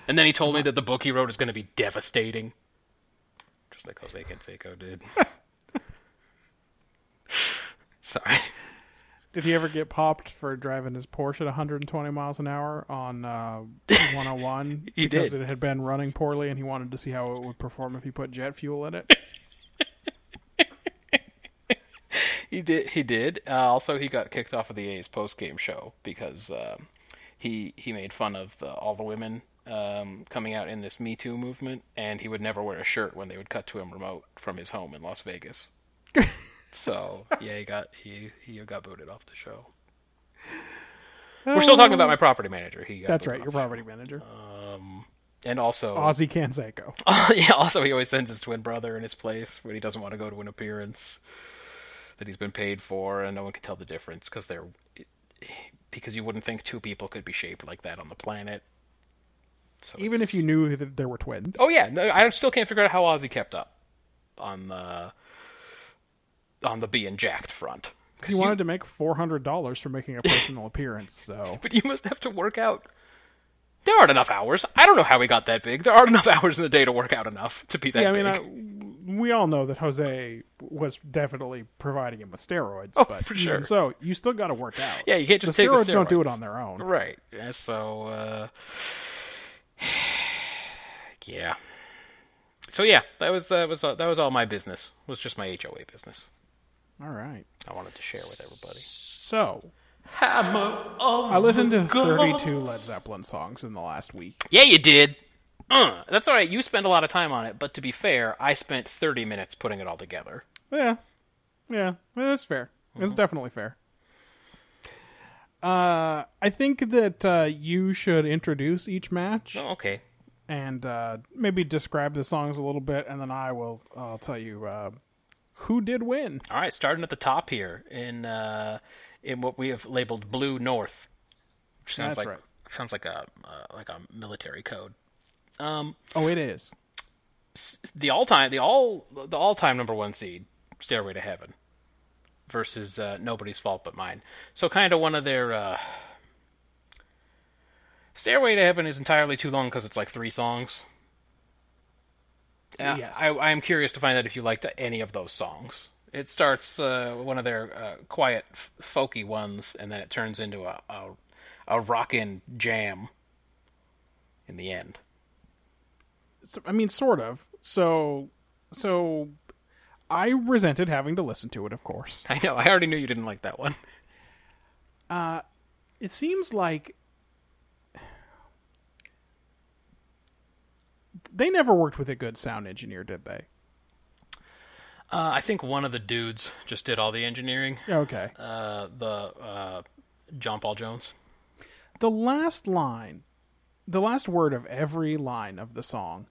S2: And then he told me that the book he wrote is going to be devastating, just like Jose Canseco did. *laughs* Sorry,
S3: did he ever get popped for driving his Porsche at 120 miles an hour
S2: *laughs*
S3: on uh, 101
S2: He
S3: because
S2: did.
S3: it had been running poorly, and he wanted to see how it would perform if he put jet fuel in
S2: *laughs*
S3: it?
S2: he did. He did. Uh, also, he got kicked off of the A's post-game show because um, he he made fun of the, all the women um, coming out in this Me Too movement, and he would never wear a shirt when they would cut to him remote from his home in Las
S3: *laughs*
S2: Vegas. So yeah, he got he he got booted off the show. We're still talking about my property manager. He got
S3: Uh, That's
S2: booted
S3: right,
S2: off the
S3: your
S2: show.
S3: property manager,
S2: And also,
S3: Ozzy Canseco.
S2: *laughs* yeah. Also, he always sends his twin brother in his place when he doesn't want to go to an appearance that he's been paid for, and no one can tell the difference because they're because you wouldn't think two people could be shaped like that on the planet. So
S3: Even
S2: it's-
S3: if you knew that there were twins,
S2: Oh yeah, no, I still can't figure out how Ozzy kept up on the on the being jacked front. 'Cause
S3: he
S2: you-
S3: wanted to make four hundred dollars for making a personal appearance. So
S2: *laughs* but you must have to work out. There aren't enough hours. I don't know how he got that big. There aren't enough *laughs* hours in the day to work out enough to be that
S3: yeah, I
S2: big.
S3: mean, I, we all know that Jose was definitely providing him with steroids.
S2: Oh,
S3: but
S2: for
S3: even
S2: sure.
S3: So you still got to work out.
S2: Yeah, you can't just
S3: the
S2: take the
S3: steroids, Don't do it
S2: steroids.
S3: on their own.
S2: Right. Yeah, So, uh, *sighs* yeah. So yeah, that was that was that was all my business. It was just my HOA business.
S3: All right.
S2: I wanted to share with everybody.
S3: So
S2: Hammer of
S3: I listened to thirty-two Led Zeppelin songs in the last week.
S2: Yeah, you did. Uh, that's all right. You spent a lot of time on it, but to be fair, I spent 30 minutes putting it all together.
S3: Yeah, yeah, well, that's fair.
S2: Mm-hmm.
S3: It's definitely fair. Uh, I think that uh, you should introduce each match.
S2: Oh, okay.
S3: and uh, maybe describe the songs a little bit, and then I will I'll tell you uh, who did win.
S2: All right, starting at the top here in uh, in what we have labeled Blue North. Which sounds
S3: That's
S2: like
S3: right.
S2: sounds like a uh, like a military code.
S3: Oh, it is.
S2: S- The all time the all the all time number one seed, Stairway to Heaven, versus uh, Nobody's Fault But Mine. So kind of one of their. Uh, Stairway to Heaven is entirely too long because it's like three songs. Uh,
S3: Yes.
S2: I, I am curious to find out if you liked any of those songs. It starts uh, one of their uh, quiet, f- folky ones, and then it turns into a a, a rockin' jam. In the end, *laughs*
S3: So- I mean, sort of. So, so I resented having to listen to it. Of course,
S2: I know. I already knew you didn't like that one.
S3: it seems like they never worked with a good sound engineer, did they?
S2: Uh, I think one of the dudes just did all the engineering.
S3: Okay.
S2: Uh, the uh, John Paul Jones.
S3: the last line, the last word of every line of the song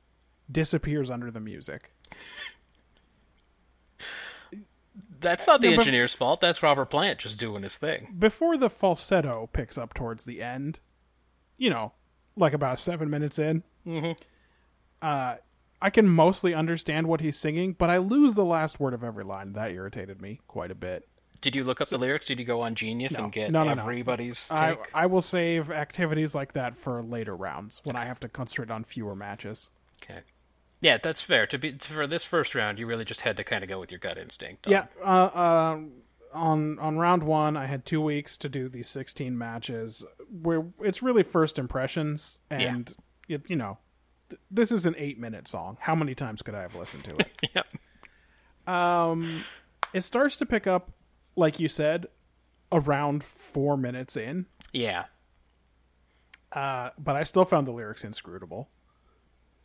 S3: disappears under the music.
S2: That's not the
S3: No, but-
S2: engineer's fault. That's Robert Plant just doing his thing.
S3: Before the falsetto picks up towards the end, you know, like about seven minutes in, mm-hmm. uh, I can mostly understand what he's singing, but I lose the last word of every line. That irritated me quite a bit.
S2: Did you look up the lyrics? Did you go on Genius
S3: No.
S2: and get
S3: No, no, no.
S2: everybody's
S3: I,
S2: take?
S3: I will save activities like that for later rounds when I have to concentrate on fewer matches.
S2: Okay. Yeah, that's fair. To be for this first round, you really just had to kind of go with your gut instinct. on-
S3: Yeah, uh, uh, on on round one, I had two weeks to do these sixteen matches. Where it's really first impressions, and it, you know, th- this is an eight minute song. How many times could I have listened to
S2: *laughs*
S3: it?
S2: *laughs* Yep.
S3: it starts to pick up, like you said, around four minutes in,
S2: Yeah.
S3: but I still found the lyrics inscrutable.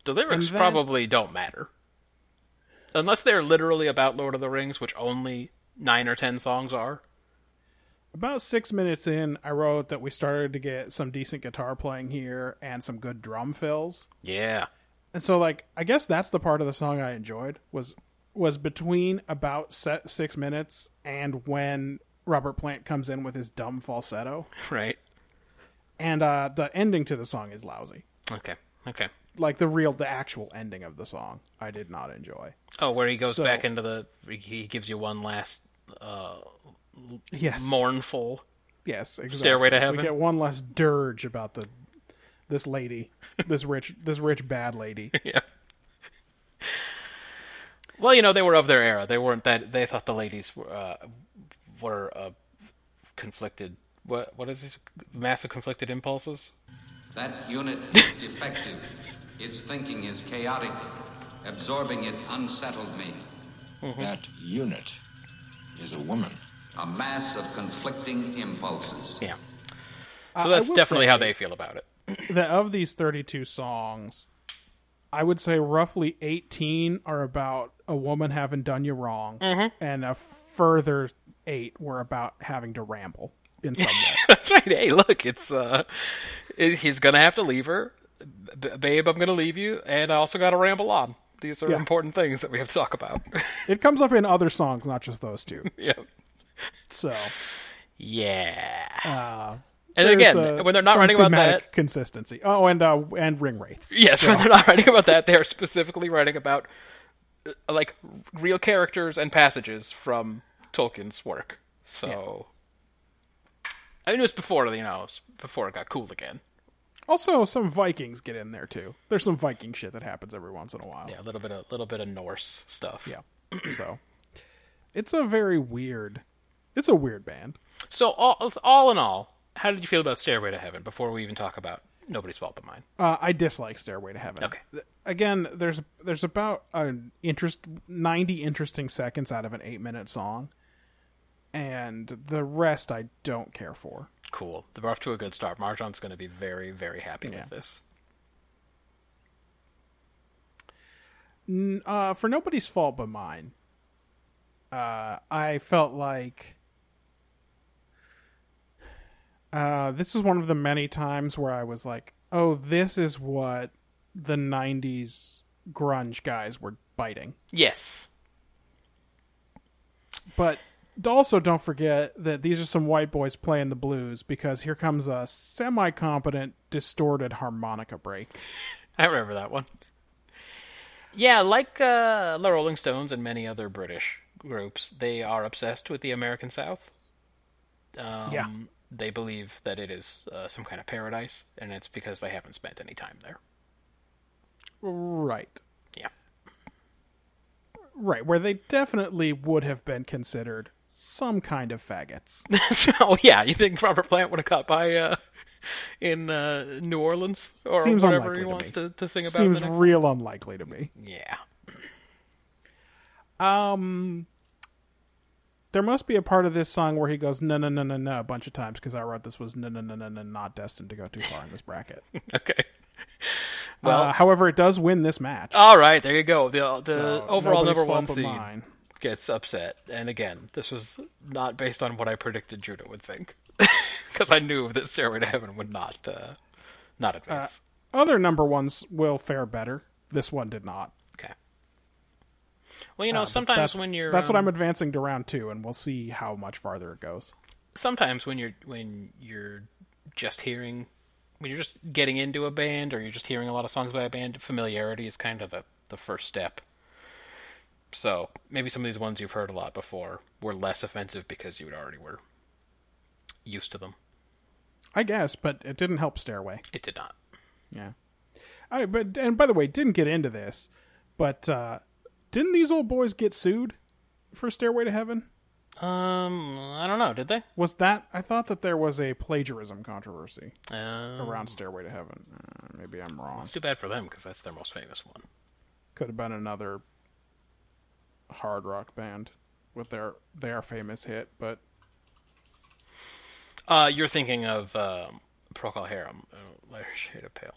S2: The lyrics
S3: And that-
S2: probably don't matter, unless they're literally about Lord of the Rings, which only nine or ten songs are.
S3: About six minutes in, I wrote that we started to get some decent guitar playing here and some good drum fills.
S2: Yeah. *laughs*
S3: and so like i guess that's the part of the song i enjoyed was was between about set six minutes and when robert plant comes in with his dumb falsetto
S2: Right.
S3: and uh the ending to the song is lousy
S2: Okay. Okay.
S3: like the real the actual ending of the song i did not enjoy
S2: Oh, where he goes
S3: So-
S2: back into the he gives you one last
S3: yes
S2: mournful. *laughs*
S3: yes exactly.
S2: Stairway to Heaven?
S3: we get one less dirge about the this lady this rich this rich bad lady
S2: yeah. Well, you know they were of their era. They weren't that. They thought the ladies were uh, were uh, conflicted. What what is this? Massive conflicted impulses.
S4: That unit is defective. Its thinking is chaotic. Absorbing it unsettled me.
S5: That unit is a woman.
S4: A mass of conflicting impulses.
S2: Yeah.
S3: I-
S2: So
S3: I
S2: that's
S3: will
S2: definitely
S3: say-
S2: how they feel about it. *laughs*
S3: that of these 32 songs, I would say roughly 18 are about a woman having done you wrong,
S2: Mm-hmm.
S3: and a further eight were about having to ramble in
S2: *laughs*
S3: some way.
S2: That's right. Hey, look, it's uh, it- he's gonna have to leave her, B- babe. I'm gonna leave you, and I also gotta ramble on. These are
S3: Yeah.
S2: important things that we have to talk about. *laughs*
S3: it comes up in other songs, not just those two.
S2: yeah.
S3: So
S2: Yeah. and again,
S3: Ah, there's, uh,
S2: when they're not
S3: some
S2: writing about
S3: thematic
S2: that,
S3: consistency. Oh, and uh, and ring wraiths.
S2: yes, when they're not writing about that, they are specifically writing about uh, like real characters and passages from Tolkien's work. So, I mean, it was before you know, it was before it got cool again.
S3: Also, some Vikings get in there too. There's some Viking shit that happens every once in a while.
S2: Yeah, a little bit, of, little bit of Norse stuff.
S3: yeah. so it's a very weird. It's a weird band.
S2: So all, all in all, how did you feel about Stairway to Heaven before we even talk about Nobody's Fault But Mine?
S3: Uh, I dislike Stairway to Heaven.
S2: Okay.
S3: Th- Again, there's there's about an interest ninety interesting seconds out of an eight minute song, and the rest I don't care for.
S2: Cool. They're off to a good start. Marjan's going to be very, very happy
S3: Yeah.
S2: with this.
S3: Uh, for nobody's fault but mine, uh, I felt like uh, this is one of the many times where I was like, "Oh, this is what the '90s grunge guys were biting."
S2: Yes.
S3: but also don't forget that these are some white boys playing the blues because here comes a semi competent distorted harmonica break. *laughs*
S2: I remember that one. Yeah, like uh, the Rolling Stones and many other British groups, they are obsessed with the American South. Um,
S3: yeah.
S2: They believe that it is uh, some kind of paradise, and it's because they haven't spent any time there.
S3: Right.
S2: Yeah. *laughs*
S3: Right. Where they definitely would have been considered some kind of faggots.
S2: oh yeah, you think Robert Plant would have caught by uh, in uh, New Orleans or
S3: Seems
S2: whatever
S3: unlikely
S2: he
S3: to
S2: wants
S3: me.
S2: to, to sing about? in the
S3: Seems
S2: next-
S3: real unlikely to me.
S2: yeah, *laughs*
S3: There must be a part of this song where he goes no no no no no a bunch of times because I wrote this was no no no no no not destined to go too far in
S2: *laughs*
S3: this bracket.
S2: okay.
S3: well, however, it does win this match.
S2: All right, there you go. The the
S3: So,
S2: Uh, overall
S3: nobody's
S2: number
S3: fault
S2: one
S3: but
S2: seed
S3: mine.
S2: gets upset, and again, this was not based on what I predicted Judah would *laughs* think, because I knew that Stairway to Heaven would not uh, not advance.
S3: Other number ones will fare better. This one did not.
S2: okay. Well, you know, sometimes
S3: That's
S2: when you're
S3: that's
S2: um,
S3: what I'm advancing to round two, and we'll see how much farther it goes.
S2: sometimes when you're when you're just hearing when you're just getting into a band or you're just hearing a lot of songs by a band, familiarity is kind of the, the first step. So maybe some of these ones you've heard a lot before were less offensive because you already were used to them.
S3: I guess, but it didn't help Stairway.
S2: It did not.
S3: Yeah. All right, but and by the way, didn't get into this, but uh, didn't these old boys get sued for Stairway to Heaven?
S2: Um, I don't know. Did they?
S3: Was that I thought that there was a plagiarism controversy
S2: Uh,
S3: around Stairway to Heaven. Uh, maybe I'm wrong.
S2: it's too bad for them because that's their most famous one.
S3: Could have been another hard rock band with their their famous hit, but
S2: Uh, you're thinking of um, Procol Harum, uh, Lighter Shade of Pale.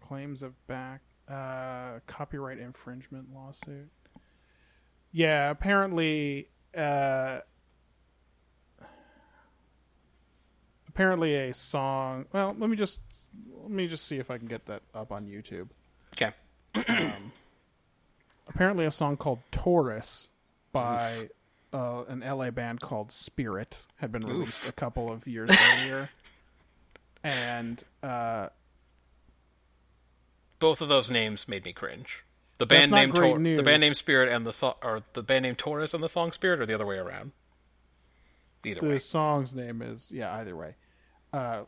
S3: claims of back uh copyright infringement lawsuit yeah apparently uh apparently a song well let me just let me just see if i can get that up on youtube
S2: Okay.
S3: apparently a song called taurus by uh, an la band called spirit had been released a couple of years earlier and uh
S2: both of those names made me cringe. The
S3: That's
S2: band
S3: not
S2: name
S3: great
S2: Tor- the
S3: news.
S2: band name Spirit and the so- or the band name Taurus and the song Spirit or the other way around. Either
S3: the
S2: way.
S3: song's name is yeah either way uh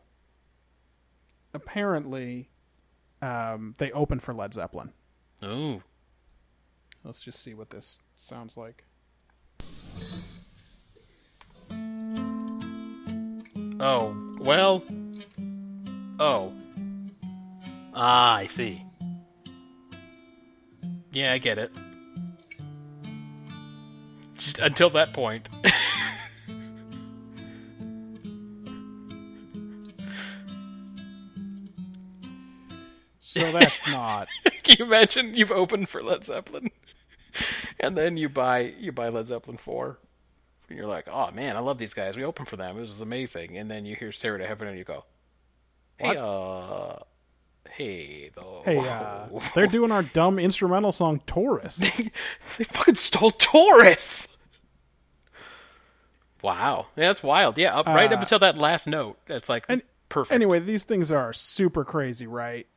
S3: apparently um they open for led zeppelin
S2: Ooh.
S3: let's just see what this sounds *laughs* like
S2: Oh. Well. Oh. Ah, I see. Yeah, I get it. Just until that point. *laughs*
S3: so that's not
S2: Can you imagine you've opened for Led Zeppelin, *laughs* and then you buy you buy Led Zeppelin four, and you're like, oh man, I love these guys. We opened for them. It was amazing. And then you hear Stairway to Heaven, and you go, hey, uh, hey though,
S3: hey uh, they're doing our dumb instrumental song taurus
S2: they fucking stole Taurus. Wow, yeah, that's wild. Yeah, up, right up until that last note, that's like
S3: and-
S2: perfect.
S3: anyway these things are super crazy right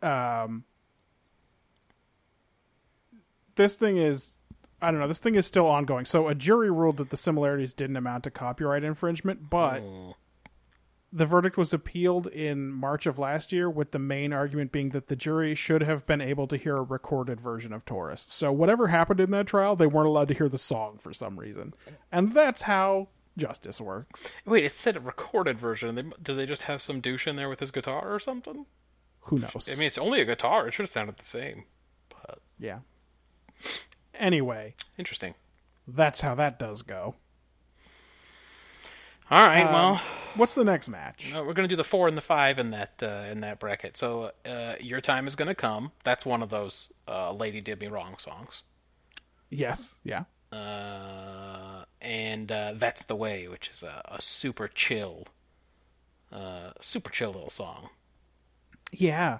S3: um this thing is i don't know this thing is still ongoing so a jury ruled that the similarities didn't amount to copyright infringement but
S2: Oh.
S3: the verdict was appealed in march of last year with the main argument being that the jury should have been able to hear a recorded version of taurus so whatever happened in that trial they weren't allowed to hear the song for some reason and that's how justice works
S2: wait, it said a recorded version. They, did they just have some douche in there with his guitar or something?
S3: who knows
S2: I mean, it's only a guitar. It should have sounded the same.
S3: Yeah. Anyway,
S2: Interesting.
S3: that's how that does go.
S2: All right. well,
S3: What's the next match?
S2: Um, uh, we're going to do the four and the five in that uh, in that bracket. So uh, your time is going to come. That's one of those uh, "Lady Did Me Wrong" songs,
S3: Yes. Yeah.
S2: uh, and uh, "That's the Way," which is a, a super chill, uh, super chill little song. *laughs*
S3: Yeah.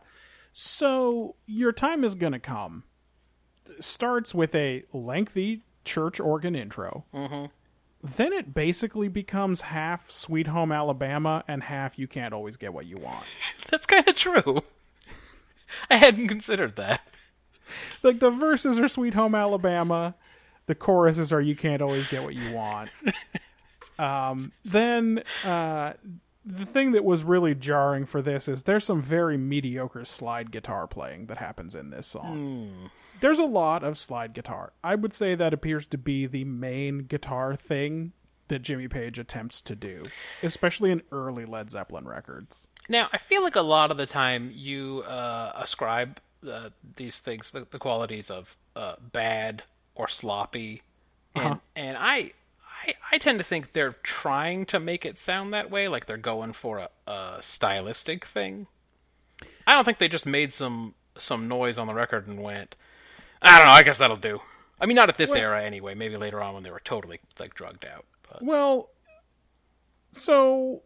S3: So your time is going to come. Starts with a lengthy church organ intro. Then it basically becomes half Sweet Home Alabama and half You Can't Always Get What You Want.
S2: That's kind of true. *laughs* I hadn't considered that.
S3: like the verses are Sweet Home Alabama, the choruses are You Can't Always Get What You Want. *laughs* um, then uh, the thing that was really jarring for this is there's some very mediocre slide guitar playing that happens in this song. There's a lot of slide guitar. I would say that appears to be the main guitar thing that Jimmy Page attempts to do, especially in early Led Zeppelin records.
S2: Now, I feel like a lot of the time you uh, ascribe uh, these things the, the qualities of uh, bad or sloppy, and and I, I I tend to think they're trying to make it sound that way, like they're going for a, a stylistic thing. I don't think they just made some some noise on the record and went, I don't know, I guess that'll do. I mean, not at this era anyway. Maybe later on when they were totally like drugged out. But
S3: Well, so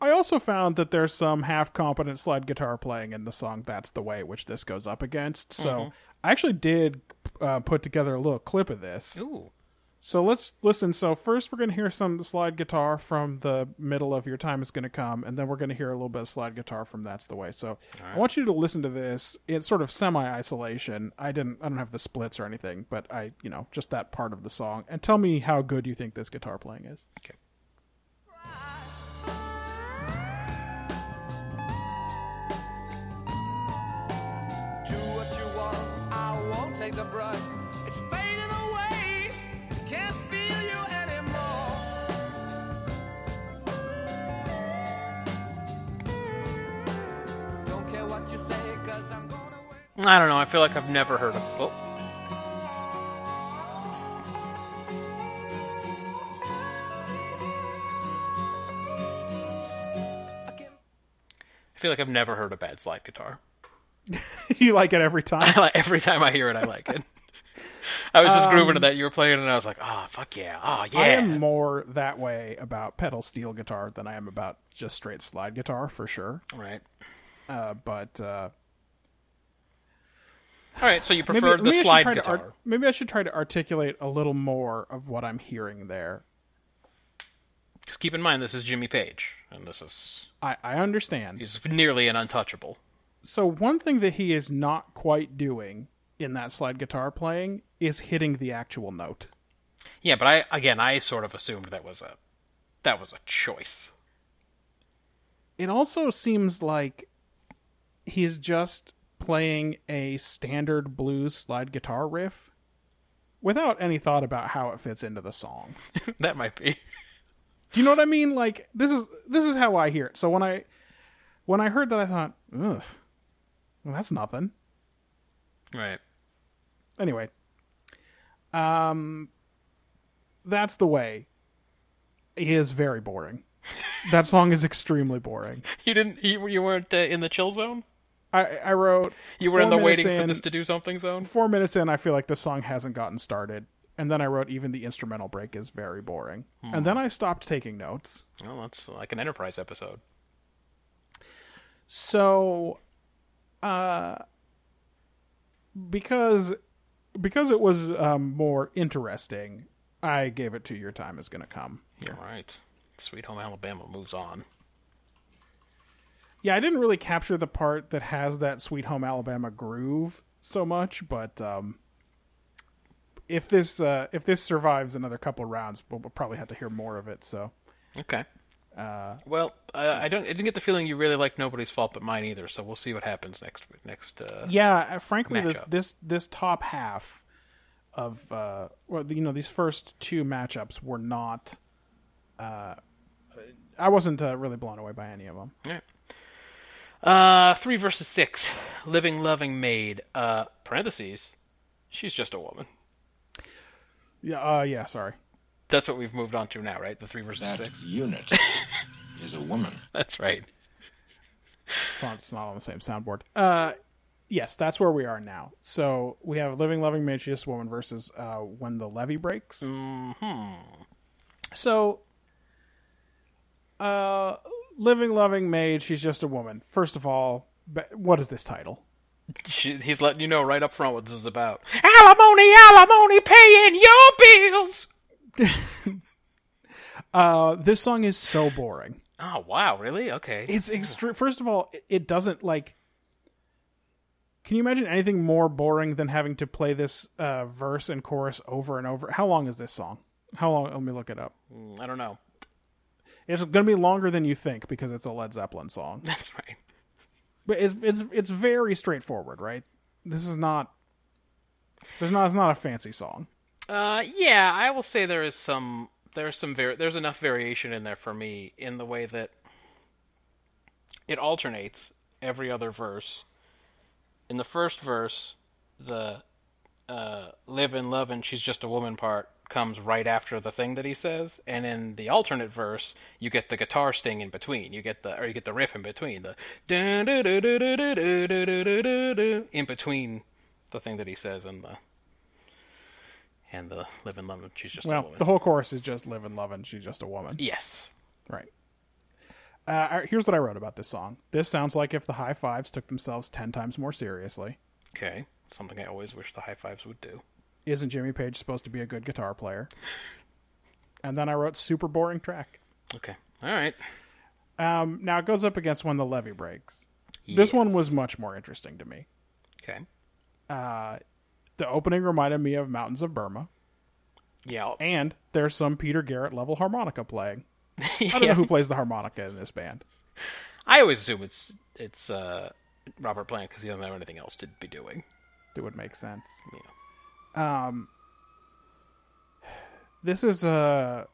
S3: I also found that there's some half competent slide guitar playing in the song That's the Way, which this goes up against. So I actually did uh, put together a little clip of this.
S2: ooh,
S3: So let's listen. So first, we're going to hear some slide guitar from the middle of Your Time Is Going to Come, and then we're going to hear a little bit of slide guitar from That's the Way. So I want you to listen to this in sort of semi isolation. I didn't, I don't have the splits or anything, but I, you know, just that part of the song, and tell me how good you think this guitar playing is.
S2: okay.
S6: Do what you want, I won't take the brunt. It's fading away, can't feel you anymore. Don't care what you say, cause I'm going away.
S2: I don't know. I feel like I've never heard of. Oh. I feel like I've never heard a bad slide guitar. *laughs*
S3: *laughs* you like it every time.
S2: Like, Every time I hear it, I like it. I was just grooving to that you were playing, it, and I was like, "Ah, fuck yeah! Ah, *laughs* yeah!"
S3: Um, I am more that way about pedal steel guitar than I am about just straight slide guitar for sure.
S2: right.
S3: Uh, but uh,
S2: All right. So you
S3: maybe,
S2: preferred
S3: maybe I
S2: the
S3: should
S2: slide
S3: try to
S2: guitar?
S3: art- maybe I should try to articulate a little more of what I'm hearing there.
S2: Just keep in mind, this is Jimmy Page, and this is
S3: I, I understand.
S2: he's nearly an untouchable.
S3: So one thing that he is not quite doing in that slide guitar playing is hitting the actual note.
S2: Yeah, but I again, I sort of assumed that was a that was a choice. *laughs*
S3: it also seems like he's just playing a standard blues slide guitar riff without any thought about how it fits into the song.
S2: that might be.
S3: Do you know what I mean? Like this is this is how I hear it. So when I when I heard that I thought, ugh, well that's nothing.
S2: Right.
S3: Anyway. Um that's the way. It is very boring. that song is extremely boring.
S2: You didn't. You, you weren't uh, in the chill zone.
S3: I I wrote
S2: You were in the
S3: four minutes
S2: waiting for
S3: in,
S2: this to do something zone.
S3: four minutes in, I feel like this song hasn't gotten started. And then I wrote, even the instrumental break is very boring. And then I stopped taking notes.
S2: Well, that's like an Enterprise episode.
S3: So, uh, because because it was um, more interesting, I gave it to your time is going to come.
S2: All right. Sweet Home Alabama moves on.
S3: Yeah, I didn't really capture the part that has that Sweet Home Alabama groove so much, but um, if this uh, if this survives another couple of rounds, we'll, we'll probably have to hear more of it. So.
S2: Okay. Uh, well, uh, I don't. I didn't get the feeling you really liked nobody's fault but mine either. So we'll see what happens next. Next. Uh,
S3: yeah uh, frankly the,
S2: matchup.
S3: this this top half of uh well you know these first two matchups were not uh i wasn't uh, really blown away by any of them
S2: All right. Uh, three versus six. Living, loving maid. Uh, parentheses. She's just a woman.
S3: yeah uh yeah sorry
S2: That's what we've moved on to now, right? The three versus
S5: That
S2: six.
S5: unit is a woman.
S2: That's right.
S3: it's not, it's not on the same soundboard uh yes that's where we are now so we have living loving mageous woman versus uh when the levee breaks mm-hmm. so uh living loving maid she's just a woman first of all ba- what is this title
S2: She, he's letting you know right up front what this is about. Alimony, alimony, paying your bills.
S3: Uh, this song is so boring.
S2: Oh wow, really? Okay.
S3: It's extreme. First of all, it- it doesn't like. Can you imagine anything more boring than having to play this uh, verse and chorus over and over? How long is this song? How long? Let me look it up.
S2: Hmm, I don't know. *laughs*
S3: It's going to be longer than you think because it's a Led Zeppelin song.
S2: That's right.
S3: But it's it's it's very straightforward, right? This is not. There's not. It's not a fancy song.
S2: Uh, yeah, I will say there is some there's some var- there's enough variation in there for me in the way that it alternates every other verse. In the first verse, the uh, "live and love and she's just a woman" part comes right after the thing that he says, and in the alternate verse, you get the guitar sting in between. You get the or you get the riff in between the dun dun dun dun dun dun dun dun dun dun dun, in between the thing that he says and the and the live and love and she's just a
S3: Well,
S2: woman.
S3: the whole chorus is just "Live and Love," and she's just a woman.
S2: yes,
S3: Right. Uh, all right, here's what I wrote about this song. This sounds like if the high fives took themselves ten times more seriously.
S2: okay, something I always wish the high fives would do.
S3: Isn't Jimmy Page supposed to be a good guitar player? *laughs* And then I wrote super boring track.
S2: Okay, all right.
S3: Um, now it goes up against when the levee breaks. This one was much more interesting to me.
S2: Okay,
S3: The opening reminded me of Mountains of Burma,
S2: yeah, I'll-
S3: and there's some Peter Garrett level harmonica playing. I don't know who plays the harmonica in this band.
S2: I always assume it's it's uh, Robert Plant because he doesn't have anything else to be doing.
S3: It would make sense.
S2: Yeah.
S3: this is a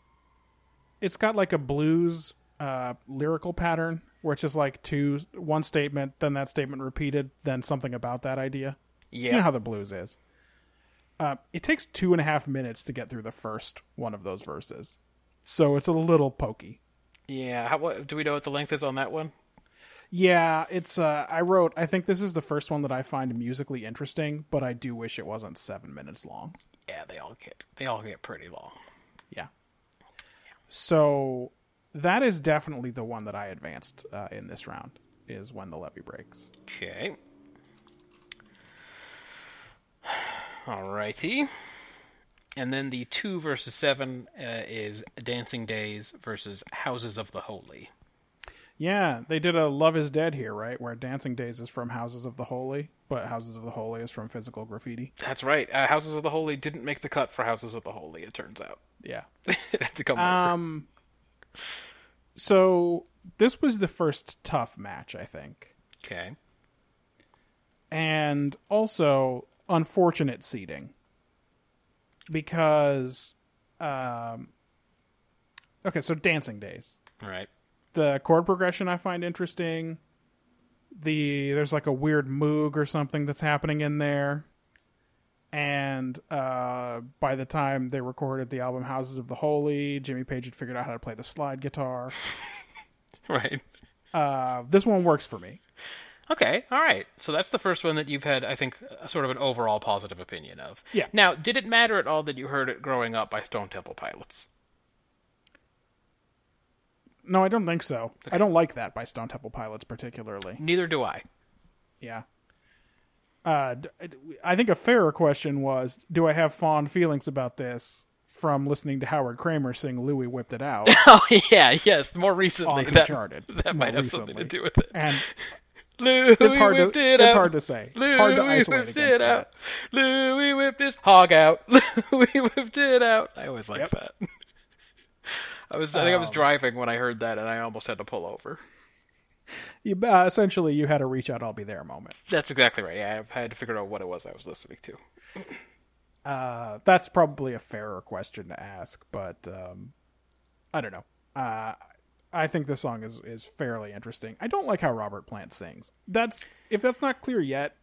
S3: it's got like a blues uh lyrical pattern where it's just like two one statement then that statement repeated then something about that idea you
S2: Yeah,
S3: know how the blues is uh, it takes two and a half minutes to get through the first one of those verses so it's a little pokey
S2: yeah. How, what, do we know what the length is on that one?
S3: yeah it's uh i wrote i think this is the first one that i find musically interesting but i do wish it wasn't seven minutes long
S2: Yeah, they all get they all get pretty long.
S3: Yeah. So that is definitely the one that I advanced uh, in this round is when the levee breaks.
S2: Okay. *sighs* Alrighty. And then the two versus seven uh, is Dancing Days versus Houses of the Holy.
S3: Yeah, they did a Love is Dead here, right? Where Dancing Days is from Houses of the Holy, but Houses of the Holy is from Physical Graffiti.
S2: That's right. Uh, Houses of the Holy didn't make the cut for Houses of the Holy. It turns out *laughs*
S3: Yeah.
S2: it had to come. later.
S3: Um so this was the first tough match, I think.
S2: Okay.
S3: and also unfortunate seating because um okay so dancing days
S2: All right. *laughs*
S3: the chord progression i find interesting the there's like a weird moog or something that's happening in there and uh by the time they recorded the album houses of the holy jimmy page had figured out how to play the slide guitar
S2: Right.
S3: uh, this one works for me
S2: Okay. All right. So that's the first one that you've had, I think, a sort of an overall positive opinion of.
S3: Yeah.
S2: Now, did it matter at all that you heard it growing up by Stone Temple Pilots?
S3: no i don't think so i don't like that by stone temple pilots particularly
S2: Neither do I.
S3: Yeah. Uh, d- I think a fairer question was, do I have fond feelings about this from listening to Howard Kramer sing "Louis Whipped It Out"
S2: *laughs* Oh yeah. Yes. More recently,
S3: on
S2: that,
S3: Uncharted?
S2: *laughs* that
S3: more
S2: might have something to do with it.
S3: And
S2: *laughs* Louis
S3: it's hard
S2: whipped
S3: to
S2: it
S3: it's
S2: out.
S3: hard to say.
S2: Louis
S3: hard to isolate
S2: whipped
S3: against
S2: it out. Louis whipped his hog out. *laughs* Louis whipped it out. I always like that. I was I think I was driving when I heard that and I almost had to pull over.
S3: that. You, uh, essentially, you had a "Reach Out, I'll Be There" moment.
S2: That's exactly right. Yeah, I had to figure out what it was I was listening to.
S3: Uh, that's probably a fairer question to ask, but um, I don't know. Uh, I think this song is is fairly interesting. I don't like how Robert Plant sings. That's if that's not clear yet,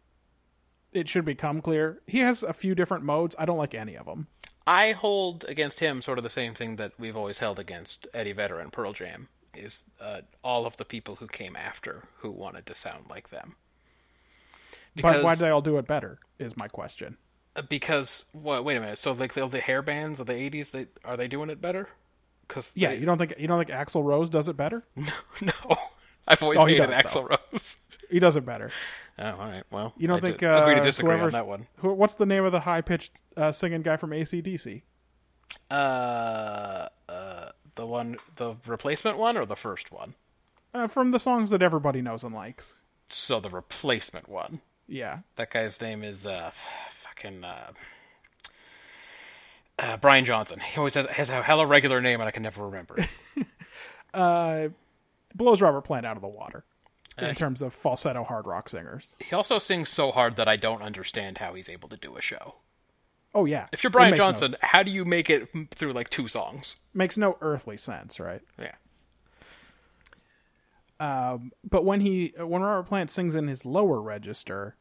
S3: it should become clear. He has a few different modes. I don't like any of them.
S2: I hold against him sort of the same thing that we've always held against Eddie Vedder and Pearl Jam is uh, all of the people who came after who wanted to sound like them.
S3: but why do they all do it better? Is my question.
S2: uh, Because what? Wait a minute. So like the, the hair bands of the '80s, they are they doing it better? Because
S3: Yeah, you don't think you don't think Axl Rose does it better?
S2: *laughs* no, I've always
S3: Oh, he
S2: hated
S3: does,
S2: Axl Rose. *laughs*
S3: He does it better.
S2: Oh, all right. Well,
S3: You don't
S2: I
S3: think
S2: do-
S3: uh,
S2: agree to disagree on
S3: whoever's-
S2: that one.
S3: Who, what's the name of the high pitched uh, singing guy from ACDC?
S2: Uh, uh, the one, the replacement one, or the first one?
S3: Uh, from the songs that everybody knows and likes.
S2: So the replacement one.
S3: Yeah,
S2: That guy's name is uh, f- fucking uh, uh, Brian Johnson. He always has, has a hella regular name, and I can never remember.
S3: *laughs*
S2: it.
S3: blows Robert Plant out of the water in terms of falsetto hard rock singers.
S2: he also sings so hard that I don't understand how he's able to do a show.
S3: Oh yeah,
S2: If you're
S3: It
S2: Brian
S3: makes no-
S2: Johnson, how do you make it m- through like two songs?
S3: makes no earthly sense, right?
S2: Yeah.
S3: But when he uh, when Robert Plant sings in his lower register,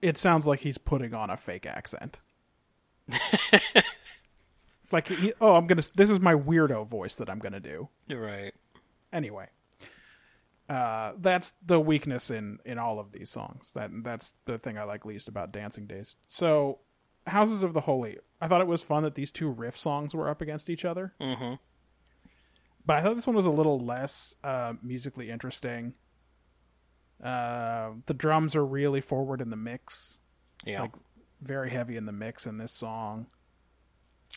S3: it sounds like he's putting on a
S2: *laughs*
S3: fake accent. like, he, oh, I'm gonna. This is my weirdo voice that I'm gonna do.
S2: Right.
S3: anyway uh that's the weakness in in all of these songs that that's the thing i like least about dancing days so houses of the holy i thought it was fun that these two riff songs were up against each other mm-hmm. but i thought this one was a little less uh musically interesting uh the drums are really forward in the mix
S2: Yeah.
S3: like very heavy in the mix in this song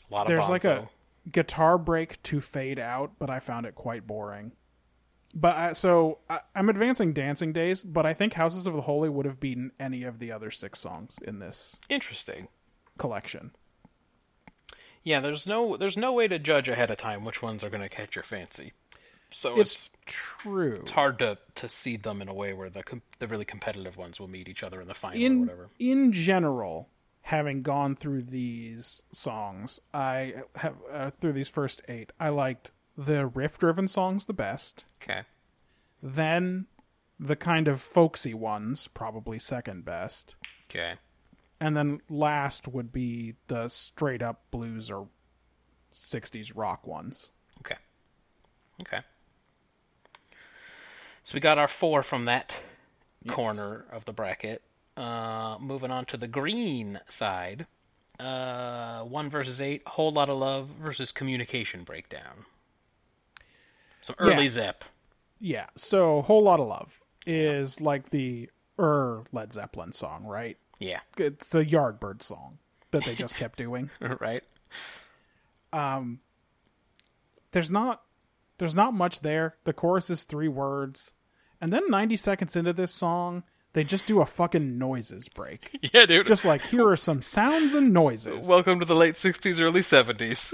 S2: a lot of
S3: there's like
S2: Bonzo.
S3: a guitar break to fade out, but I found it quite boring. But I, so I, I'm advancing Dancing Days, but I think Houses of the Holy would have beaten any of the other six songs in this
S2: interesting.
S3: collection.
S2: Yeah, there's no there's no way to judge ahead of time which ones are going to catch your fancy. So Oh, it's,
S3: It's true.
S2: it's hard to to seed them in a way where the com- the really competitive ones will meet each other in the final or
S3: in
S2: whatever.
S3: in general, having gone through these songs, I have uh, through these first eight, I liked the riff-driven songs the best.
S2: Okay.
S3: Then the kind of folksy ones, probably second best.
S2: Okay.
S3: and then last would be the straight up blues or 60s rock ones
S2: Okay. Okay. So we got our four from that corner of the bracket. Uh, moving on to the green side. Uh, one versus eight. Whole lot of love versus communication breakdown. Some early
S3: Yes.
S2: zip.
S3: yeah so whole lot of love is like the er led zeppelin song right
S2: Yeah. *laughs*
S3: it's a yardbird song that they just kept doing
S2: right.
S3: there's not there's not much there the chorus is three words and then 90 seconds into this song they just do a fucking noises break
S2: Yeah, dude.
S3: just like here are some sounds and noises
S2: Welcome to the late '60s, early '70s.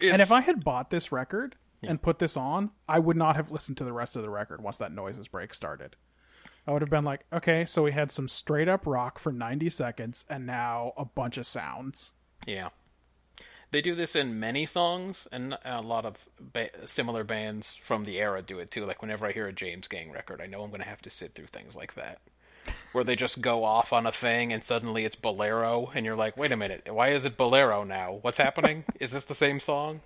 S3: And if I had bought this record and put this on, I would not have listened to the rest of the record once that noises break started. I would have been like, okay, so we had some straight up rock for 90 seconds and now a bunch of sounds.
S2: Yeah. They do this in many songs, and a lot of ba- similar bands from the era do it too. Like whenever I hear a James Gang record, I know I'm going to have to sit through things like that, where they just go off on a thing, and suddenly it's bolero, and you're like, "Wait a minute, why is it bolero now? What's happening? is this the same song?"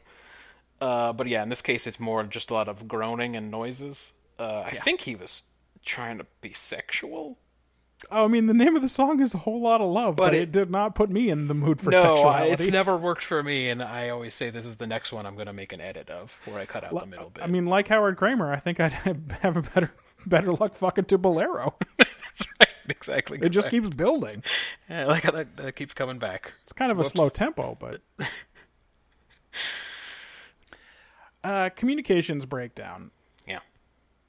S2: Uh, but yeah, in this case, it's more just a lot of groaning and noises. Uh, I think he was trying to be sexual.
S3: Oh, I mean, the name of the song is a whole lot of love, but,
S2: But
S3: it,
S2: it-
S3: did not put me in the mood for
S2: No, I,
S3: sexuality.
S2: it's never worked for me, and I always say this is the next one I'm going to make an edit of, where I cut out the middle bit.
S3: I mean, like Howard Kramer, I think I'd *laughs* have a better better luck fucking to Bolero.
S2: *laughs* That's right, exactly.
S3: It just
S2: correct.
S3: keeps building.
S2: Yeah, I like how that, that keeps coming back.
S3: It's kind of a slow tempo, but uh, communications breakdown.
S2: Yeah,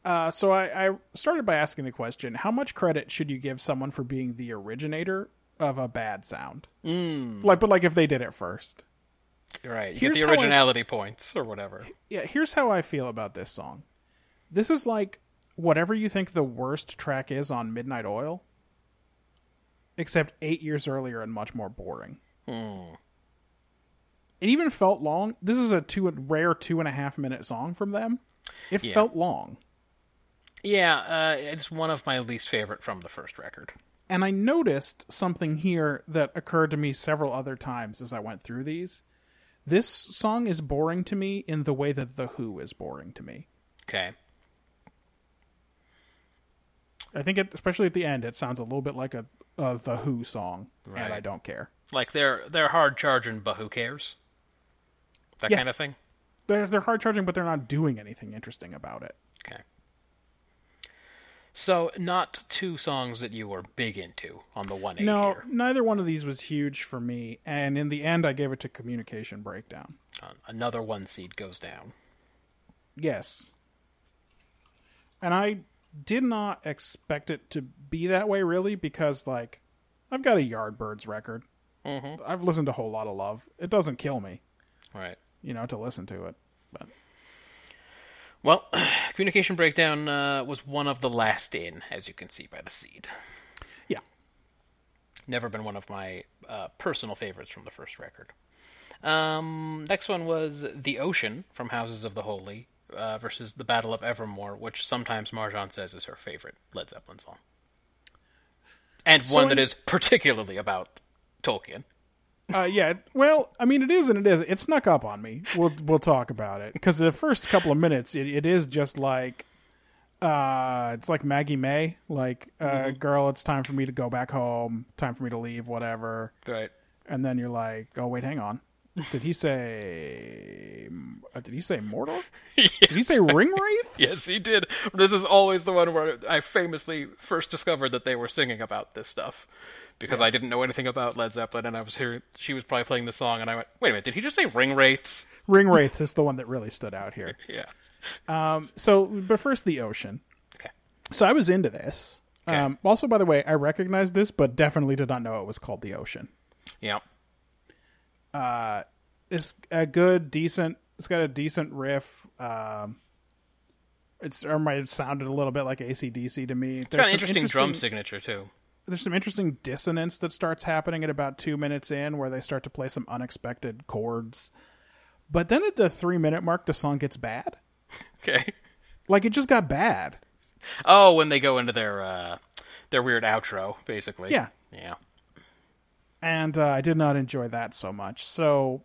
S3: Uh, so I, I started by asking the question: How much credit should you give someone for being the originator of a bad sound? Like, but like if they did it first.
S2: you're right. You
S3: Here's
S2: get
S3: how
S2: the
S3: I-
S2: originality points or whatever.
S3: Yeah, here's how I feel about this song. This is like whatever you think the worst track is on Midnight Oil, except eight years earlier and much more boring. It even felt long. This is a two rare two and a half minute song from them. It
S2: Yeah.
S3: felt long.
S2: Yeah, uh, it's one of my least favorite from the first record.
S3: and I noticed something here that occurred to me several other times as I went through these. This song is boring to me in the way that The Who is boring to me.
S2: Okay.
S3: I think, it, especially at the end, it sounds a little bit like a, a The Who song, and I don't care.
S2: Like they're they're hard charging, but who cares? That
S3: Yes.
S2: kind of thing.
S3: They're, they're hard charging, but they're not doing anything interesting about it.
S2: Okay. So not two songs that you were big into on the one eight
S3: No,
S2: here.
S3: neither one of these was huge for me, and in the end, I gave it to Communication Breakdown.
S2: Uh, another one seed goes down.
S3: Yes, and I did not expect it to be that way, really, because like I've got a Yardbirds record. I've listened to a whole lot of Love. It doesn't kill me,
S2: Right.
S3: you know, to listen to it. But
S2: Well, *clears throat* communication breakdown uh, was one of the last in, as you can see by the seed.
S3: yeah,
S2: Never been one of my uh, personal favorites from the first record. Um, next one was The Ocean from Houses of the Holy uh, versus The Battle of Evermore, which sometimes Marjan says is her favorite Led Zeppelin song. And one that
S3: in-
S2: is particularly about Tolkien.
S3: uh, yeah. Well, I mean, it is and it is. It snuck up on me. We'll we'll talk about it because the first couple of minutes, it, it is just like, uh, it's like Maggie May, like, uh, girl, it's time for me to go back home. Time for me to leave. Whatever.
S2: Right.
S3: And then you're like, oh wait, hang on. Did he say? Uh, did he say Mordor? did he say Ring Wraith?
S2: Yes, he did. This is always the one where I famously first discovered that they were singing about this stuff because I didn't know anything about Led Zeppelin, and I was hearing she was probably playing the song, and I went, "Wait a minute, did he just say ring wraiths?"
S3: Ring Wraith is the one that really stood out here.
S2: Yeah.
S3: So, but first, the ocean.
S2: Okay.
S3: So I was into this.
S2: Okay.
S3: Um, also, by the way, I recognized this, but definitely did not know it was called The Ocean.
S2: Yeah.
S3: It's a good, decent. It's got a decent riff. Um, it's or might have sounded a little bit like ACDC to me.
S2: It's got an interesting, drum signature too.
S3: There's some interesting dissonance that starts happening at about two minutes in, where they start to play some unexpected chords. But then at the three minute mark, the song gets bad.
S2: Okay.
S3: Like it just got bad.
S2: Oh, when they go into their uh, their weird outro, basically.
S3: Yeah.
S2: Yeah.
S3: and uh, I did not enjoy that so much. So,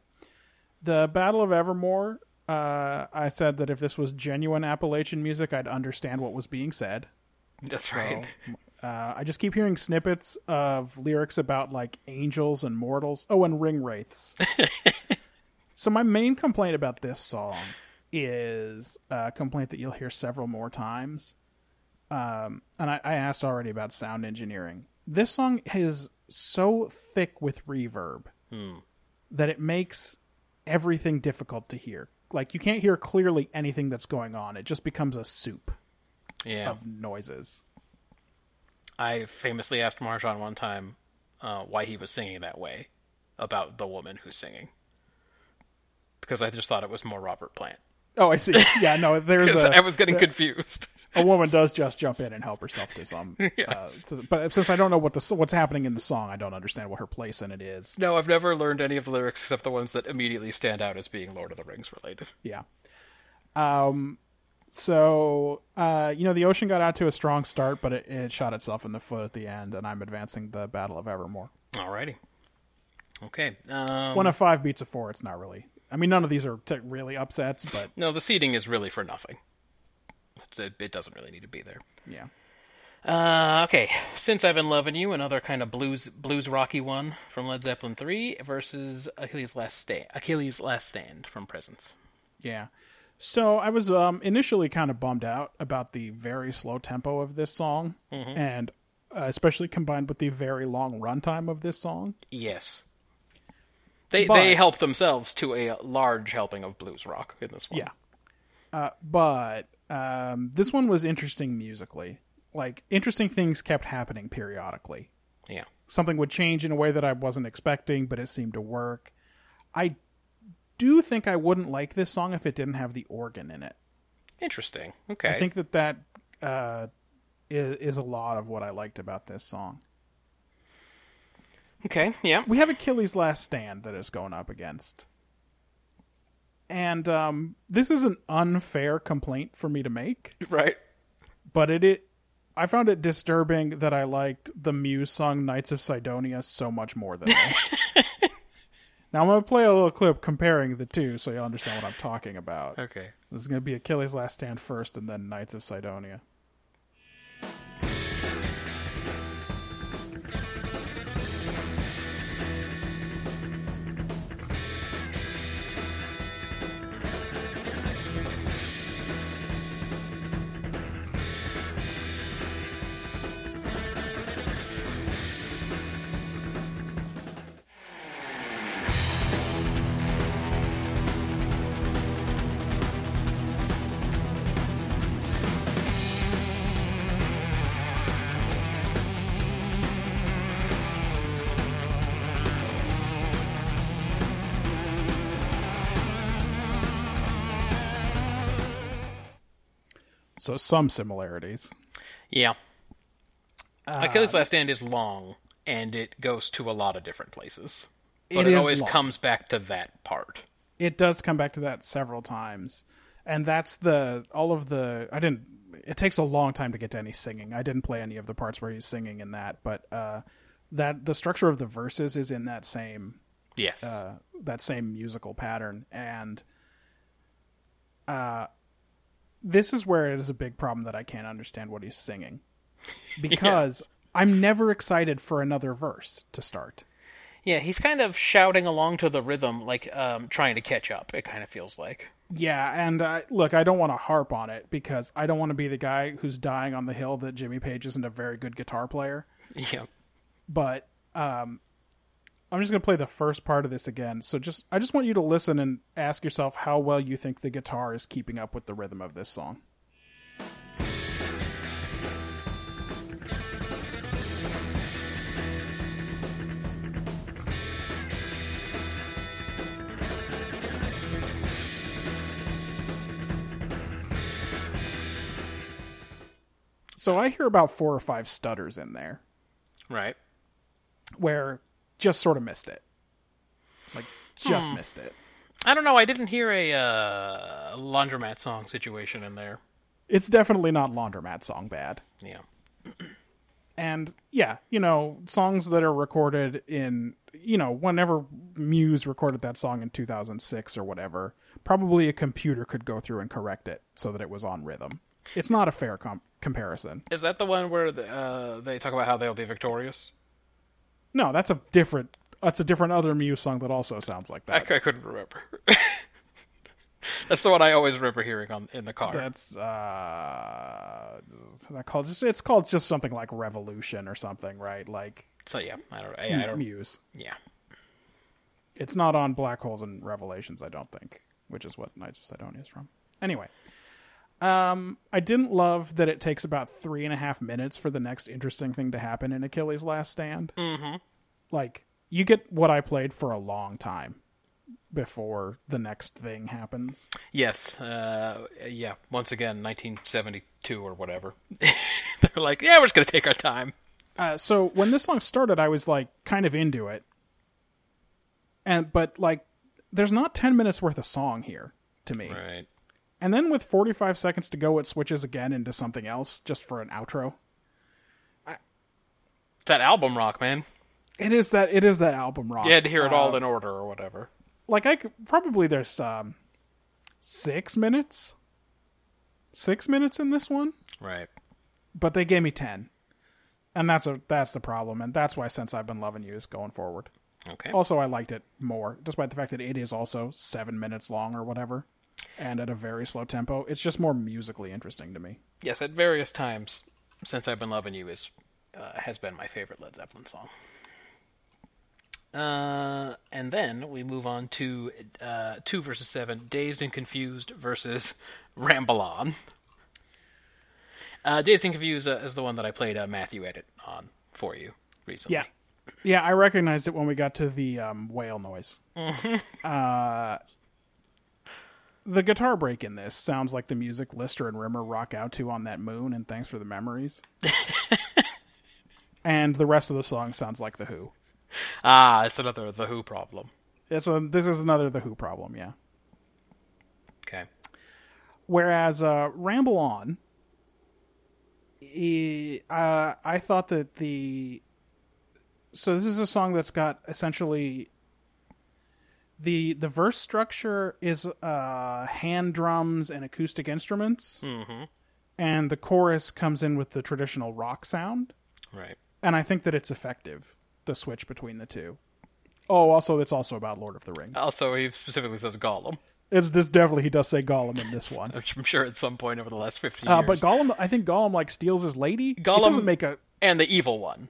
S3: the Battle of Evermore, uh, I said that if this was genuine Appalachian music, I'd understand what was being said.
S2: That's right.
S3: Uh, I just keep hearing snippets of lyrics about like angels and mortals. Oh, and ring wraiths. so my main complaint about this song is a complaint that you'll hear several more times. Um, and I, I asked already about sound engineering. This song is so thick with reverb that it makes everything difficult to hear. Like you can't hear clearly anything that's going on. It just becomes a soup
S2: Yeah.
S3: of noises.
S2: I famously asked Marjan one time uh, why he was singing that way about the woman who's singing because I just thought it was more Robert Plant.
S3: Oh, I see. Yeah,
S2: *laughs*
S3: no, there's
S2: Because
S3: a,
S2: I was getting confused.
S3: a woman does just jump in and help herself
S2: *laughs*
S3: to some. uh, so- but since I don't know what the what's happening in the song, I don't understand what her place in it is.
S2: No, I've never learned any of the lyrics except the ones that immediately stand out as being Lord of the Rings related.
S3: Yeah. Um. So, uh, you know, the ocean got out to a strong start, but it, it shot itself in the foot at the end, and I'm advancing the Battle of Evermore.
S2: Alrighty. Okay. Um,
S3: One of five beats of four. It's not really. I mean, none of these are t- really upsets, but
S2: no, the seating is really for nothing. It's- It, it doesn't really need to be there.
S3: yeah.
S2: Uh, okay. Since I've Been Loving You, another kind of blues blues rocky one from Led Zeppelin 3 versus Achilles' Last Stand, Achilles' Last Stand from Presence.
S3: Yeah. So I was um, initially kind of bummed out about the very slow tempo of this song, and uh, especially combined with the very long runtime of this song.
S2: Yes. They
S3: But-
S2: they help themselves to a large helping of blues rock in this one.
S3: Yeah. Uh, but um, this one was interesting musically. Like interesting things kept happening periodically.
S2: Yeah.
S3: Something would change in a way that I wasn't expecting, but it seemed to work. I do think I wouldn't like this song if it didn't have the organ in it.
S2: Interesting. Okay.
S3: I think that that uh, is, is a lot of what I liked about this song.
S2: Okay, yeah.
S3: we have Achilles' Last Stand that is going up against. And um, this is an unfair complaint for me to make,
S2: Right.
S3: but it, it I found it disturbing that I liked the Muse song Knights of Sidonia so much more
S2: *laughs*
S3: than this. now I'm going to play a little clip comparing the two so you'll understand what I'm talking about.
S2: Okay.
S3: This is going to be Achilles' Last Stand first and then Knights of Sidonia.
S7: Thank
S3: So some similarities.
S2: Yeah.
S3: Uh,
S2: Achilles' Last Stand is long, and it goes to a lot of different places. But
S3: It
S2: it,
S3: is
S2: always
S3: long.
S2: comes back to that part.
S3: It does come back to that several times, and that's the all of the. I didn't. It takes a long time to get to any singing. I didn't play any of the parts where he's singing in that, but uh, that the structure of the verses is in that same
S2: Yes.
S3: uh, that same musical pattern and uh this is where it is a big problem that I can't understand what he's singing because I'm never excited for another verse to start.
S2: yeah, he's kind of shouting along to the rhythm, like um, trying to catch up, it kind of feels like.
S3: Yeah, and uh, look, I don't want to harp on it because I don't want to be the guy who's dying on the hill that Jimmy Page isn't a very good guitar player.
S2: Yeah.
S3: but um I'm just going to play the first part of this again. So just I just want you to listen and ask yourself how well you think the guitar is keeping up with the rhythm of this song. So I hear about four or five stutters in there
S2: Right.
S3: where just sort of missed it. Like just missed it.
S2: I don't know. I didn't hear a uh, laundromat song situation in there.
S3: It's definitely not laundromat song bad.
S2: Yeah.
S3: And yeah, you know, songs that are recorded in you know, whenever Muse recorded that song in 2006 or whatever, probably a computer could go through and correct it so that it was on rhythm. It's not a fair com- comparison.
S2: Is that the one where the, uh, they talk about how they'll be victorious?
S3: No, that's a different that's a different other Muse song that also sounds like
S2: I,
S3: that.
S2: c- I couldn't remember. *laughs* That's the one I always remember hearing on in the car.
S3: That's uh that called just it's called just something like revolution or something, right? Like
S2: so yeah, I don't. I, I don't.
S3: Muse.
S2: Yeah.
S3: It's not on Black Holes and Revelations, I don't think, which is what Knights of Sidonia is from. Anyway, um, I didn't love that it takes about three and a half minutes for the next interesting thing to happen in Achilles' Last Stand. Mm-hmm. Like, you get what I played for a long time before the next thing happens.
S2: Yes. Uh, yeah. Once again, 1972 or whatever. *laughs* They're like, yeah, we're just gonna take our time.
S3: Uh, so when this song started, I was like kind of into it, and but like, there's not ten minutes worth of song here to me.
S2: Right.
S3: And then with 45 seconds to go, it switches again into something else just for an outro.
S2: It's that album rock, man.
S3: It is that it is that album rock.
S2: You had to hear it all in order or whatever.
S3: Like I could, probably there's um six minutes, six minutes in this one,
S2: Right.
S3: but they gave me ten, and that's a that's the problem, and that's why since I've been loving you is going forward.
S2: Okay.
S3: Also, I liked it more, despite the fact that it is also seven minutes long or whatever, and at a very slow tempo. It's just more musically interesting to me.
S2: yes, at various times since I've been loving you is uh, has been my favorite Led Zeppelin song. Uh, and then we move on to uh, two versus seven, dazed and confused versus *laughs* ramble on. Uh, dazed and confused uh, is the one that I played uh, Matthew edit on for you recently.
S3: Yeah. Yeah, I recognized it when we got to the um, whale noise. uh, the guitar break in this sounds like the music Lister and Rimmer rock out to on that moon and Thanks for the Memories. and the rest of the song sounds like The Who.
S2: Ah, it's another the Who problem.
S3: It's a, this is another The Who problem, yeah.
S2: Okay.
S3: Whereas uh, Ramble On, e- uh, I thought that the so this is a song that's got essentially the the verse structure is uh, hand drums and acoustic instruments, mm-hmm. and the chorus comes in with the traditional rock sound,
S2: Right.
S3: and I think that it's effective the switch between the two. Oh, also, it's also about Lord of the Rings.
S2: Also, he specifically says Gollum.
S3: It's this definitely he does say Gollum in this one.
S2: which I'm sure at some point over the last 15
S3: Uh,
S2: years.
S3: but Gollum, I think Gollum like steals his lady. He
S2: Gollum-
S3: doesn't make a
S2: and the evil one.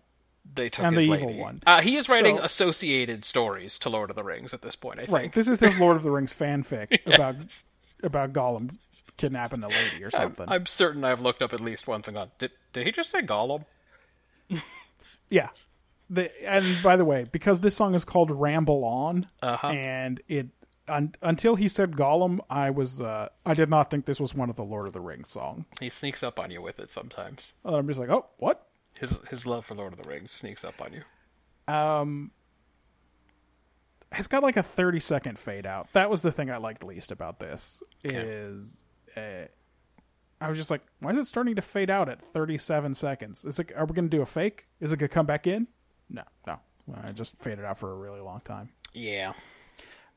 S2: They took
S3: And
S2: his
S3: the
S2: lady.
S3: evil one.
S2: Uh, he is writing
S3: So-
S2: associated stories to Lord of the Rings at this point. I think.
S3: right. This is his Lord of the Rings fanfic
S2: *laughs*
S3: about about Gollum kidnapping a lady or something.
S2: I'm certain I've looked up at least once and gone. Did, did he just say Gollum?
S3: yeah.
S2: Uh-huh.
S3: The, and by the way, because this song is called "Ramble On," and it un, until he said Gollum, I was uh, I did not think this was one of the Lord of the Rings songs.
S2: He sneaks up on you with it sometimes.
S3: And I'm just like, oh, what?
S2: His his love for Lord of the Rings sneaks up on you.
S3: It's got like a 30 second fade out. That was the thing I liked least about this. Is uh, I was just like, why is it starting to fade out at 37 seconds? Is it? Are we going to do a fake? Is it going to come back in? No, no. I just faded out for a really long time.
S2: Yeah.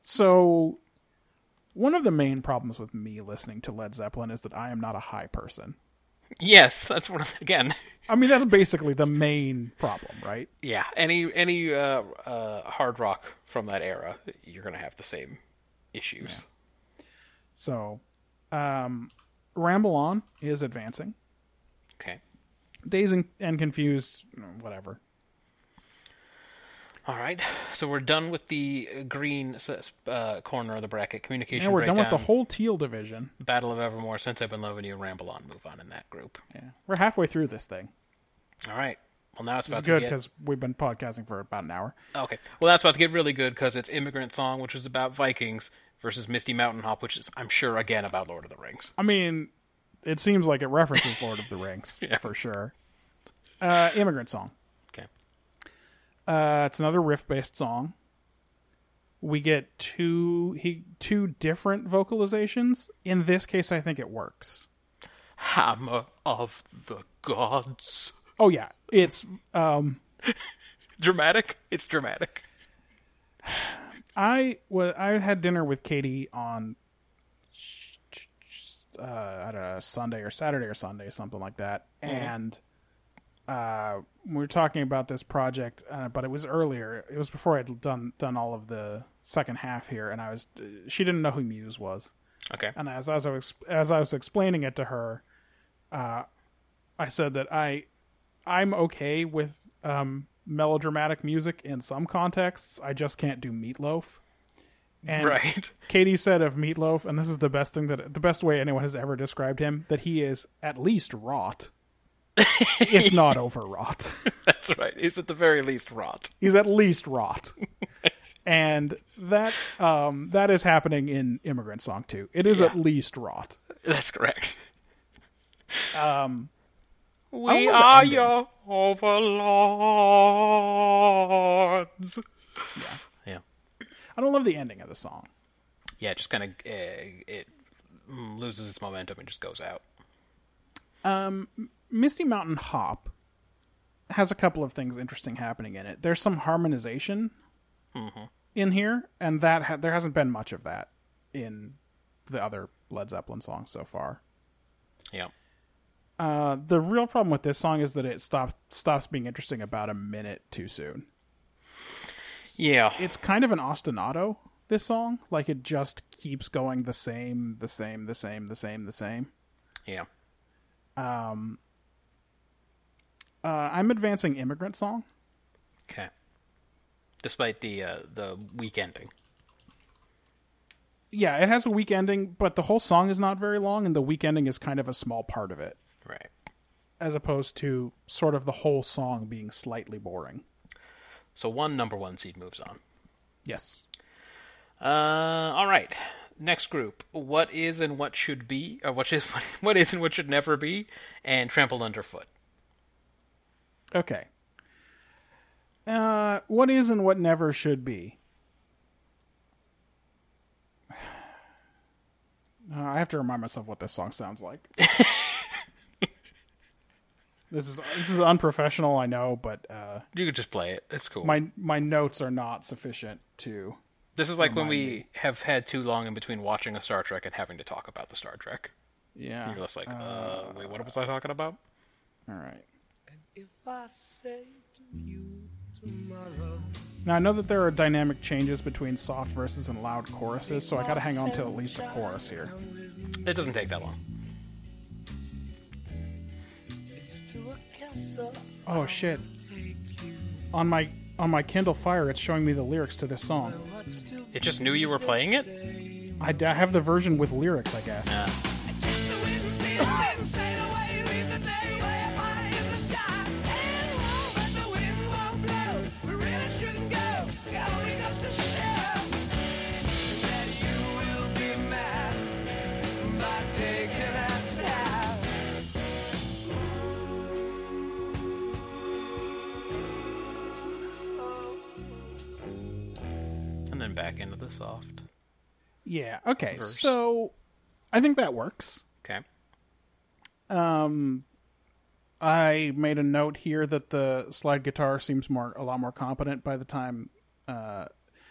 S3: So, one of the main problems with me listening to Led Zeppelin is that I am not a high person.
S2: Yes, that's one of again.
S3: I mean, that's basically the main problem, right?
S2: Yeah. Any any uh, uh, hard rock from that era, you're gonna have the same issues.
S3: So, um, Ramble On is advancing.
S2: Okay.
S3: Dazed and, and Confused, whatever.
S2: All right. So we're done with the uh, green uh, corner of the bracket. Communication
S3: And we're done with the
S2: breakdown,
S3: whole Teal division.
S2: Battle of Evermore. Since I've been loving you, ramble on, move on in that group.
S3: Yeah. We're halfway through this thing.
S2: All right. Well, now it's about
S3: It's good
S2: to get
S3: because we've been podcasting for about an hour.
S2: Okay. Well, that's about to get really good because it's Immigrant Song, which is about Vikings, versus Misty Mountain Hop, which is, I'm sure, again about Lord of the Rings.
S3: I mean, it seems like it references Lord of
S2: *laughs*
S3: the Rings for sure. Uh, immigrant song.
S2: Okay.
S3: Uh, it's another riff based song. We get two he two different vocalizations. In this case, I think it works.
S2: Hammer of the Gods.
S3: Oh yeah, it's
S2: Dramatic. It's dramatic.
S3: I was I had dinner with Katie on uh, I don't know Sunday or Saturday or Sunday something like that, and uh, we were talking about this project, uh, but it was earlier. It was before I'd done done all of the second half here, and I was uh, she didn't know who Muse was,
S2: Okay.
S3: and as as I was as I was explaining it to her, uh, I said that I I'm okay with um, melodramatic music in some contexts. I just can't do Meatloaf. And
S2: Right.
S3: *laughs*
S2: *laughs*
S3: Katie said of Meatloaf, and this is the best thing that the best way anyone has ever described him that he is at least wrought, if not overwrought. *laughs*
S2: That's right. It's at the very least rot.
S3: He's at least wrought. And that um, that is happening in Immigrant Song too. It is at least wrought.
S2: That's correct. Um,
S3: I
S2: we
S3: love the
S2: are
S3: ending.
S2: your overlords. Yeah. Yeah.
S3: I don't love the ending of the song.
S2: Yeah. it Just kind of uh, it mm, loses its momentum and just goes out.
S3: Misty Mountain Hop has a couple of things interesting happening in it. There's some harmonization in here, and that ha- there hasn't been much of that in the other Led Zeppelin songs so far.
S2: Yeah.
S3: Uh, the real problem with this song is that it stops stops being interesting about a minute too soon.
S2: Yeah.
S3: It's kind of an ostinato. This song, like it just keeps going the same, the same, the same, the same, the same.
S2: yeah.
S3: Uh, I'm advancing immigrant song.
S2: Okay. Despite the uh, the weak ending.
S3: yeah, it has a weak ending, but the whole song is not very long, and the weak ending is kind of a small part of it,
S2: Right.
S3: as opposed to sort of the whole song being slightly boring.
S2: So one number one seed moves on.
S3: Yes.
S2: Uh, all right. Next group: What is and what should be, or what is *laughs* what is and what should never be, and trampled underfoot.
S3: Okay. Uh, what is and what never should be. *sighs* Uh, I have to remind myself what this song sounds *laughs* like. this is this is unprofessional, I know, but uh,
S2: You could just play it. It's cool.
S3: my my notes are not sufficient to.
S2: this is like when we have had too long in between watching a Star Trek and having to talk about the Star Trek.
S3: Yeah.
S2: You're just like, uh, wait, what was I talking about?
S3: All right.
S6: If I say to you tomorrow,
S3: Now I know that there are dynamic changes between soft verses and loud choruses, so I gotta hang on to at least a chorus here.
S2: It doesn't take that long.
S6: it's to a castle.
S3: Oh shit. On my on my Kindle Fire it's showing me the lyrics to this song.
S2: It just knew you were playing it.
S3: I, d- I have the version with lyrics, I guess.
S6: Shouldn't go, it only goes to show that you
S2: and then back into the soft.
S3: Yeah. Okay. So I think that works.
S2: Okay.
S3: I made a note here that the slide guitar seems more a lot more competent by the time. Uh,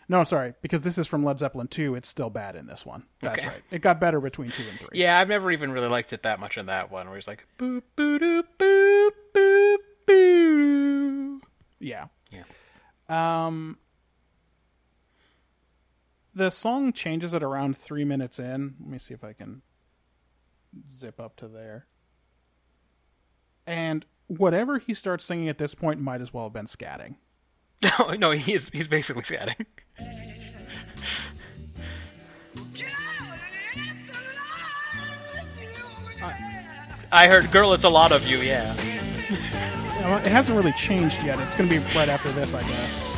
S3: no, sorry, because this is from Led Zeppelin two. It's still bad in this one. That's
S2: Okay.
S3: right. It got better between two and three.
S2: Yeah, I've never even really liked it that much in that one, where he's like, boop, boo, doo, boop, boop, boo.
S3: Yeah. Um,
S2: Yeah.
S3: The song changes at around three minutes in. Let me see if I can zip up to there. And whatever he starts singing at this point might as well have been scatting.
S2: *laughs* No, no, he's he's basically scatting. I heard, "Girl, it's a lot of you." Yeah,
S3: You know, It hasn't really changed yet. It's going to be right after this, I guess.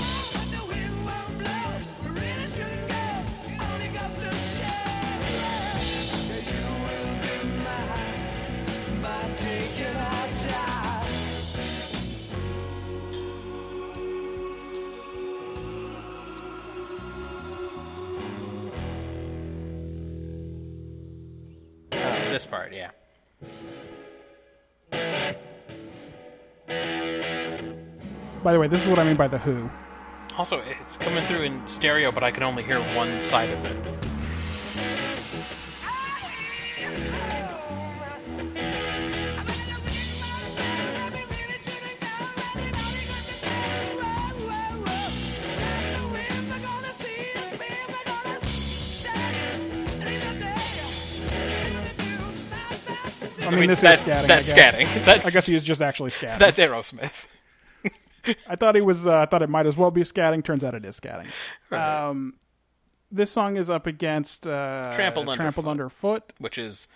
S2: this part. Yeah,
S3: By the way, this is what I mean by the Who.
S2: Also, it's coming through in stereo, but I can only hear one side of it.
S3: I mean, this
S2: that's
S3: is scatting.
S2: that's
S3: I guess.
S2: scatting. That's
S3: I guess he is just actually
S2: *laughs*
S3: scatting.
S2: that's Aerosmith.
S3: I thought he was. Uh, I thought it might as well be scatting. Turns out it is scatting. Um, this song is up against uh,
S2: Trampled Underfoot.
S3: Underfoot.
S2: which is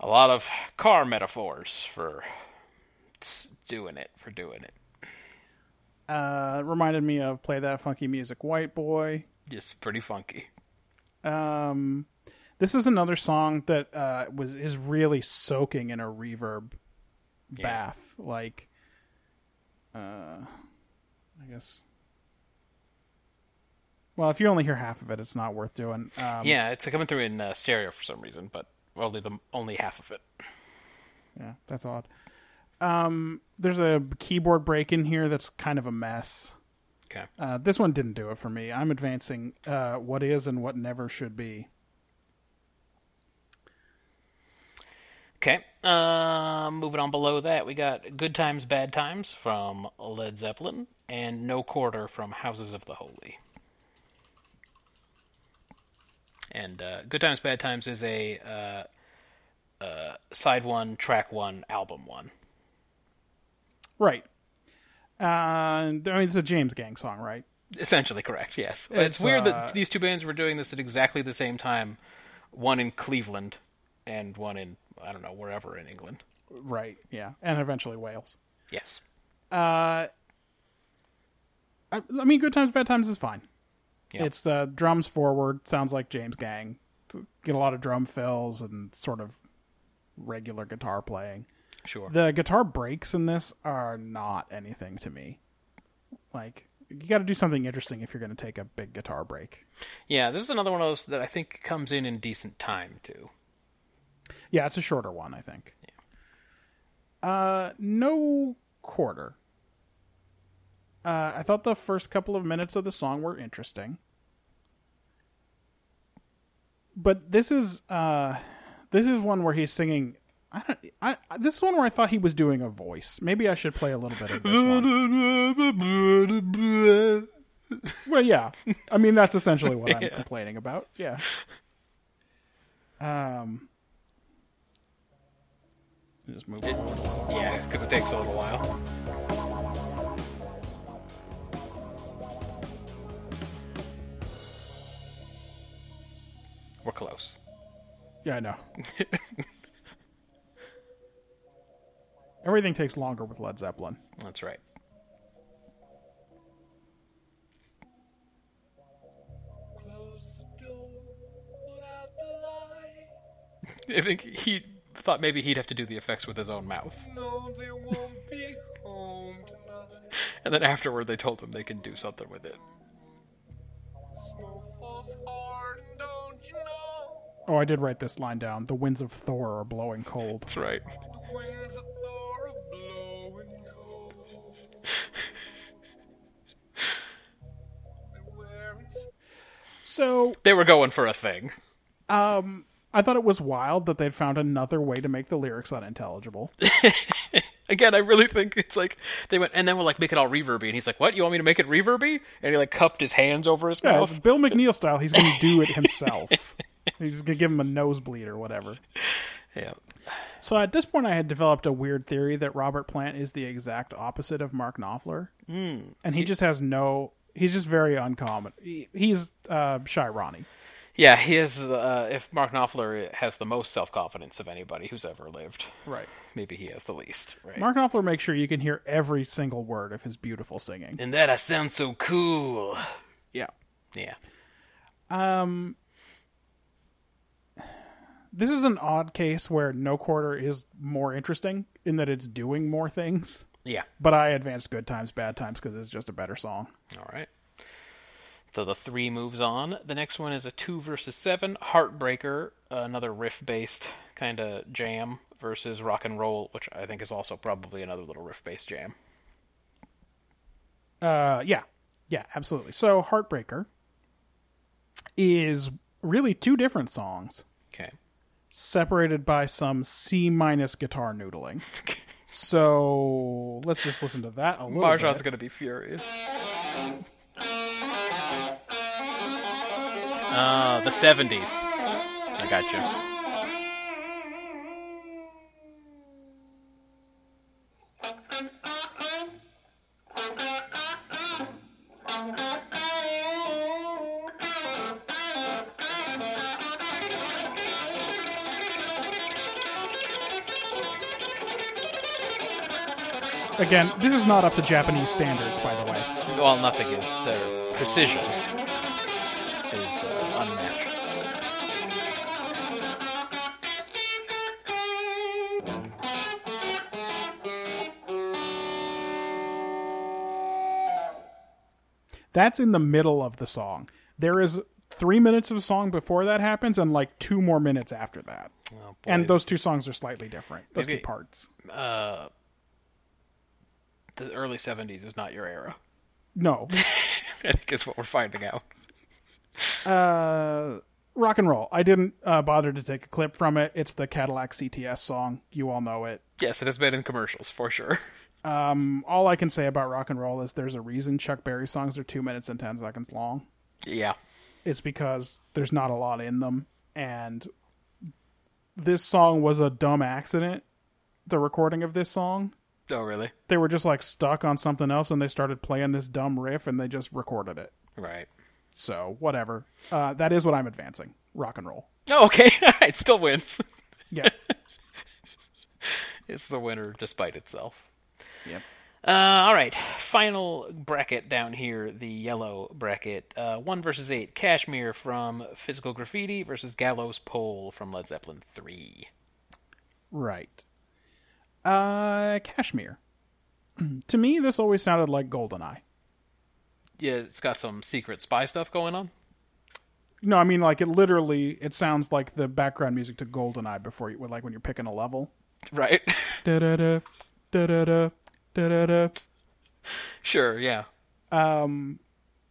S2: a lot of car metaphors for s- doing it, for doing it.
S3: Uh, reminded me of "Play That Funky Music, White Boy."
S2: Just pretty funky.
S3: Um, this is another song that uh, was is really soaking in a reverb bath. Like, uh, I guess. Well, if you only hear half of it, it's not worth doing.
S2: *laughs*
S3: Um,
S2: Yeah, it's coming through in uh, stereo for some reason, but only the only half of it.
S3: Yeah, that's odd. Um, there's a keyboard break in here that's kind of a mess.
S2: Okay.
S3: Uh, this one didn't do it for me. I'm advancing uh, what is and what never should be.
S2: Okay. Um, moving on below that, we got "Good Times, Bad Times" from Led Zeppelin and "No Quarter" from Houses of the Holy. And uh, "Good Times, Bad Times" is a uh, uh, side one, track one, album one.
S3: Right. Uh, I mean, it's a James Gang song, right?
S2: Essentially correct. Yes. It's,
S3: It's,
S2: weird
S3: uh,
S2: that these two bands were doing this at exactly the same time. One in Cleveland, and one in I don't know wherever in England.
S3: Right. Yeah, and eventually Wales.
S2: Yes.
S3: I, I mean, good times, bad times is fine.
S2: Yeah.
S3: It's uh, drums forward, sounds like James Gang. Get a lot of drum fills and sort of regular guitar playing.
S2: Sure.
S3: the guitar breaks in this are not anything to me. Like you got to do something interesting if you're going to take a big guitar break.
S2: Yeah, this is another one of those that I think comes in in decent time too.
S3: Yeah, it's a shorter one, I think. Uh, no quarter. Uh, I thought the first couple of minutes of the song were interesting, but this is uh, this is one where he's singing. I don't. I, I- this is one where I thought he was doing a voice. Maybe I should play a little bit of this one.
S2: *laughs*
S3: Well, yeah. I mean, that's essentially what I'm complaining about. Yeah. Um. Just move on.
S2: Yeah, because it takes a little while. We're close.
S3: Yeah, I know. Everything takes longer with Led Zeppelin.
S2: That's right. I think he thought maybe he'd have to do the effects with his own mouth. And then afterward, they told him they can do something with it.
S6: snowfall's hard, don't you know?
S3: Oh, I did write this line down. The winds of Thor are blowing cold.
S2: That's right.
S6: The winds of Thor are blowing cold. They're wearing
S3: So
S2: They were going for a thing.
S3: I thought it was wild that they'd found another way to make the lyrics *laughs* unintelligible.
S2: Again, I really think it's like they went and then we're like make it all reverby, and he's like, "What? You want me to make it reverby?" And he like cupped his hands over his
S3: Yeah, it's
S2: mouth.
S3: Bill McNeil style. He's going to do it himself. He's going to give him a nosebleed or whatever.
S2: Yeah.
S3: So at this point, I had developed a weird theory that Robert Plant is the exact opposite of Mark Knopfler, mm. and he just has no. He's just very uncommon. He, he's uh, shy Ronnie.
S2: Yeah, he is. Uh, if Mark Knopfler has the most self confidence of anybody who's ever lived,
S3: Right.
S2: maybe he has the least. Right.
S3: Mark Knopfler makes sure you can hear every single word of his beautiful singing.
S2: and that I sound so cool.
S3: Yeah.
S2: Yeah.
S3: This is an odd case where no quarter is more interesting in that it's doing more things.
S2: Yeah.
S3: But I advanced good times, bad times because it's just a better song.
S2: All right. So the three moves on. The next one is a two versus seven heartbreaker, another riff-based kind of jam versus rock and roll, which I think is also probably another little riff-based jam.
S3: Uh, yeah, yeah, absolutely. So Heartbreaker is really two different songs
S2: Okay.
S3: separated by some C minus
S2: *laughs*
S3: guitar noodling. so let's just listen to that a little
S2: Marjan's
S3: bit.
S2: gonna be furious. Uh, the seventies. I got you.
S3: Again, this is not up to Japanese standards, by the way.
S2: Well, nothing is. Their precision is uh, unmatched.
S3: That's in the middle of the song. There is three minutes of song before that happens, and like two more minutes after that.
S2: Oh, boy.
S3: and those two songs are slightly different. Those
S2: Maybe-
S3: two parts.
S2: the early seventies is not your era. *laughs*
S3: No, *laughs*
S2: I think is what we're finding out.
S3: rock and roll. I didn't uh, bother to take a clip from it. It's the Cadillac CTS song. You all know it.
S2: Yes, it has been in commercials for sure. *laughs*
S3: All I can say about rock and roll is there's a reason Chuck Berry songs are two minutes and ten seconds long.
S2: Yeah.
S3: It's because there's not a lot in them, and this song was a dumb accident. The recording of this song,
S2: Oh, really?
S3: they were just like stuck on something else, and they started playing this dumb riff, and they just recorded it.
S2: Right.
S3: So whatever. Uh, that is what I'm advancing. Rock and roll.
S2: Oh, okay. *laughs* it still wins. *laughs*
S3: Yeah.
S2: It's the winner despite itself.
S3: yep.
S2: Uh, all right. Final bracket down here, the yellow bracket. Uh, one versus eight. Cashmere from Physical Graffiti versus Gallows Pole from Led Zeppelin three.
S3: Right. Uh, Kashmir. *clears throat* to me, this always sounded like Goldeneye.
S2: Yeah, it's got some secret spy stuff going on.
S3: No, I mean like it literally. It sounds like the background music to Goldeneye before you, like when you're picking a level.
S2: Right.
S3: Da da da, da da da, da da
S2: *laughs* sure. Yeah.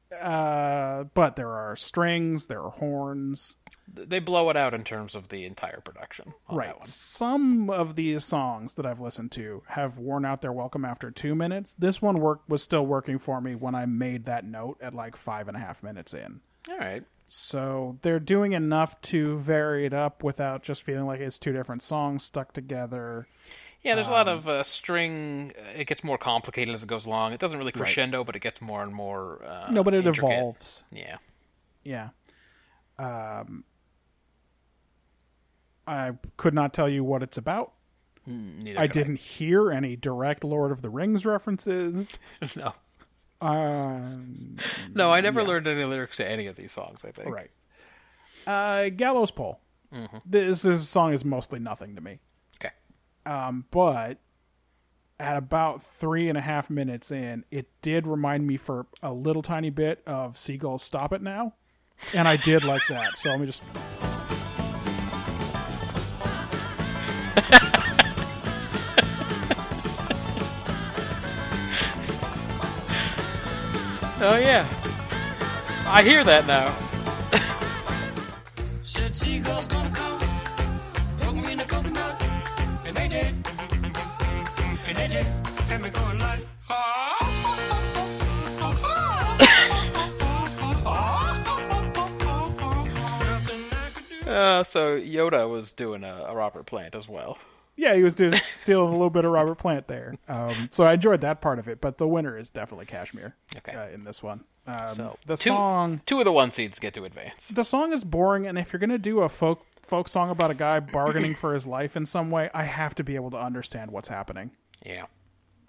S3: da. But there are strings, there are horns.
S2: Th- They blow it out in terms of the entire production. on that
S3: Right.
S2: one.
S3: Some of these songs that I've listened to have worn out their welcome after two minutes. This one work was still working for me when I made that note at like five and a half minutes in.
S2: All right.
S3: So they're doing enough to vary it up without just feeling like it's two different songs stuck together.
S2: Yeah, there's a lot
S3: Um,
S2: of uh, string. It gets more complicated as it goes along. It doesn't really crescendo, but it gets more and more. Uh,
S3: No, but it
S2: intricate.
S3: evolves.
S2: Yeah.
S3: Yeah. Um, I could not tell you what it's about.
S2: Neither
S3: I
S2: could
S3: didn't hear any direct Lord of the Rings references.
S2: *laughs* No.
S3: Um,
S2: No, I never learned any lyrics to any of these songs. I think.
S3: right. Uh, Gallows Pole.
S2: Mm-hmm.
S3: This, this song is mostly nothing to me.
S2: Okay.
S3: but at about three and a half minutes in, it did remind me for a little tiny bit of Seagull's Stop It Now. and I did like that. So let me just.
S2: Oh yeah, I hear that now.
S7: Said seagulls gonna come, broke me in a coconut, and they did, and they did, had me going like. ah. *laughs* Nothing I could do.
S2: Uh, so Yoda was doing a, a Robert Plant as well.
S3: Yeah, he was just stealing a little bit of Robert Plant there. Um, so I enjoyed that part of it, but the winner is definitely Cashmere.
S2: Okay.
S3: Uh, in this one, um,
S2: So
S3: the
S2: two,
S3: song
S2: two of the one seeds get to advance.
S3: the song is boring, and if you're gonna do a folk folk song about
S2: *clears throat*
S3: a guy bargaining for his life in some way, I have to be able to understand what's happening.
S2: Yeah.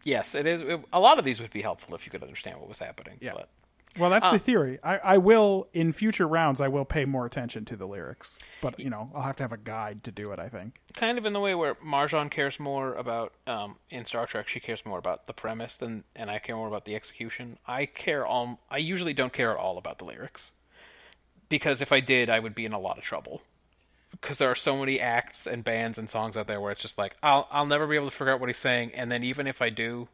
S2: Yes, it is. it- a lot of these would be helpful if you could understand what was happening.
S3: Yeah.
S2: But uh,
S3: Well, that's the theory. I, I will in future rounds. I will pay more attention to the lyrics, but you know, I'll have to have a guide to do it. I think.
S2: kind of in the way where Marjan cares more about um, in Star Trek, she cares more about the premise than, and I care more about the execution. I care all. I usually don't care at all about the lyrics, because if I did, I would be in a lot of trouble. Because there are so many acts and bands and songs out there where it's just like I'll I'll never be able to figure out what he's saying, and then even if I do,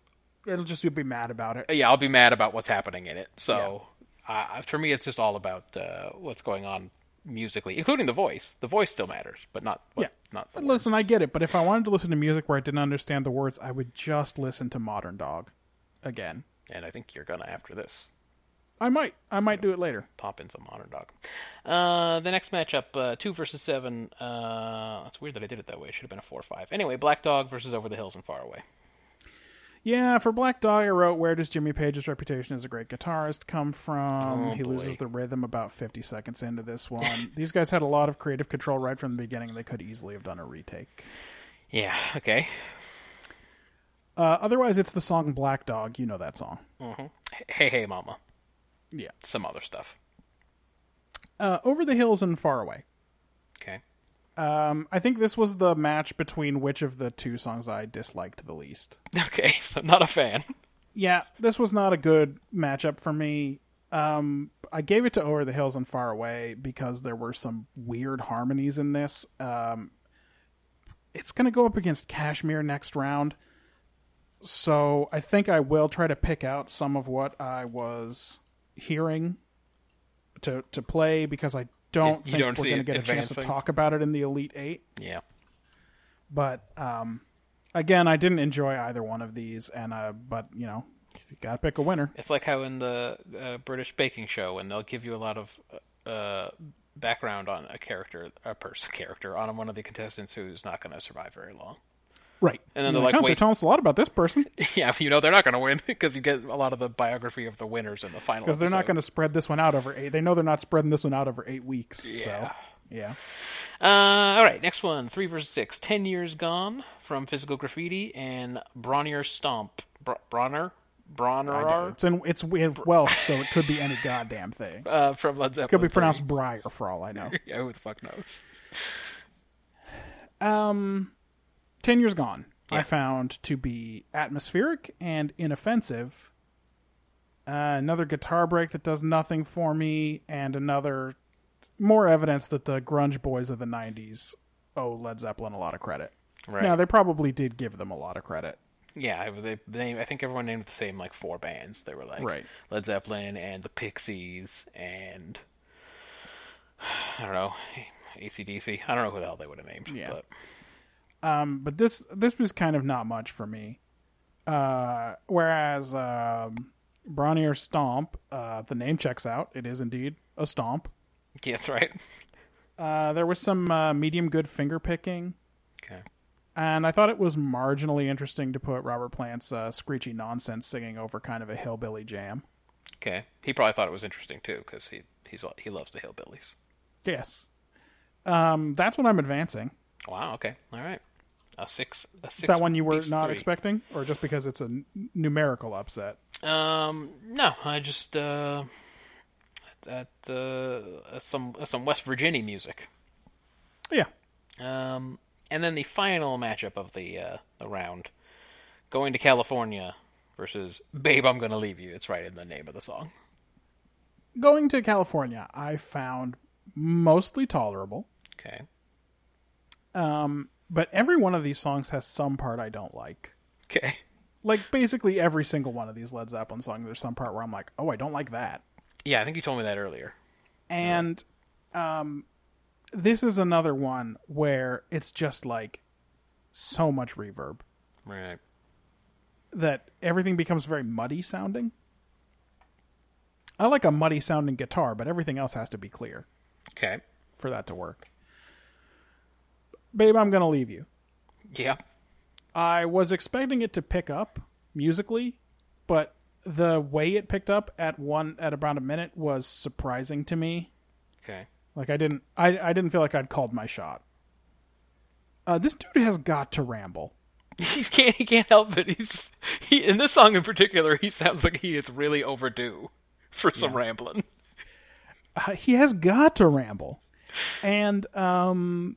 S3: It'll just you'll be mad about it.
S2: yeah, I'll be mad about what's happening in it. So, uh, for me, it's just all about uh, what's going on musically, including the voice. The voice still matters, but not what,
S3: Yeah.
S2: not the
S3: But listen, I get it, but if I wanted to listen to music where I didn't understand the words, I would just listen to Modern Dog again.
S2: word. And I think you're gonna after this
S3: I might. I might do it later.
S2: pop in some modern dog. Uh, the next matchup, uh, two versus seven. Uh, it's weird that I did it that way. It should have been a four five. Anyway, Black Dog versus Over the Hills and Far Away.
S3: Yeah, for Black Dog, I wrote Where Does Jimmy Page's reputation as a great guitarist come from? he loses the rhythm about 50 seconds into this one. These guys had a lot of creative control right from the beginning. They could easily have done a retake.
S2: Yeah. Okay.
S3: Uh, otherwise, it's the song Black Dog. You know that song.
S2: Hey, hey, Mama.
S3: Yeah.
S2: Some other stuff.
S3: Uh, Over the Hills and Far Away.
S2: Okay.
S3: Um, I think this was the match between which of the two songs I disliked the least.
S2: *laughs* Okay. So not a fan.
S3: yeah, this was not a good matchup for me. Um, I gave it to Over the Hills and Far Away because there were some weird harmonies in this. Um, it's going to go up against Kashmir next round. So I think I will try to pick out some of what I was hearing to to play because I don't
S2: You
S3: think
S2: don't
S3: we're
S2: see
S3: going to
S2: it
S3: get a chance to
S2: advancing?
S3: talk about it in the Elite Eight
S2: Yeah.
S3: but um, again, I didn't enjoy either one of these, and uh, but you know, you gotta pick a winner.
S2: It's like how in the uh, British baking show, and they'll give you a lot of uh, background on a character, a person *laughs* character, on one of the contestants who's not going to survive very long.
S3: Right,
S2: And then
S3: You're
S2: they're like,
S3: "Oh, they're
S2: wait."
S3: telling us a lot about this person
S2: *laughs* yeah, you know they're not going to win *laughs* because you get a lot of the biography of the winners in the final.
S3: because they're not going
S2: episode.
S3: to spread this one out over eight. They know they're not spreading this one out over eight weeks. So yeah,
S2: Uh, all right, next one: three versus six. Ten years gone from physical graffiti and Bronnier Stomp. Br- Bronner. Bronner.
S3: it's in it's in Welsh, so it could be any goddamn thing.
S2: Uh, from Led Zeppelin.
S3: Could be
S2: III.
S3: pronounced Briar for all I know.
S2: Yeah, who the fuck knows?
S3: Ten years gone, I found to be atmospheric and inoffensive. Uh, another guitar break that does nothing for me, and another more evidence that the grunge boys of the '90s owe Led Zeppelin a lot of credit.
S2: Right.
S3: Now they probably did give them a lot of credit.
S2: Yeah, I- they, they, I think everyone named the same like four bands. They were like
S3: Right.
S2: Led Zeppelin and the Pixies and *sighs* I don't know ACDC. I don't know who the hell they would have named.
S3: Yeah.
S2: But
S3: Um, but this this was kind of not much for me. Uh, whereas um, Bronnier Stomp, uh, the name checks out. It is indeed a stomp.
S2: yeah, that's right. *laughs*
S3: Uh, there was some uh, medium good finger picking.
S2: Okay.
S3: and I thought it was marginally interesting to put Robert Plant's uh, screechy nonsense singing over kind of a hillbilly jam.
S2: Okay. He probably thought it was interesting too because he he's he loves the hillbillies.
S3: Yes, um, that's what I'm advancing.
S2: Wow. Okay. All right. A six. A six.
S3: That one you were
S2: beats
S3: not
S2: three.
S3: expecting, or just because it's a n- numerical upset.
S2: Um. No, I just uh, at uh, some some West Virginia music.
S3: Yeah,
S2: Um, and then the final matchup of the uh, the round, going to California versus "Babe, I'm Gonna Leave You." It's right in the name of the song.
S3: going to California, I found mostly tolerable,
S2: Okay.
S3: but every one of these songs has some part I don't like.
S2: Okay.
S3: Like basically every single one of these Led Zeppelin songs, there's some part where I'm like, oh, I don't like that.
S2: Yeah, I think you told me that earlier.
S3: And um, this is another one where it's just like so much reverb
S2: Right.
S3: that everything becomes very muddy sounding. I like a muddy sounding guitar, but everything else has to be clear.
S2: Okay.
S3: for that to work. Babe, I'm going to leave you.
S2: Yeah.
S3: I was expecting it to pick up musically, but the way it picked up at one at about a minute was surprising to me.
S2: Okay.
S3: Like I didn't I I didn't feel like I'd called my shot. Uh, this dude has got to ramble.
S2: He can't. He can't help it. He's just, he in this song in particular. He sounds like he is really overdue for some rambling.
S3: Uh, he has got to ramble. And um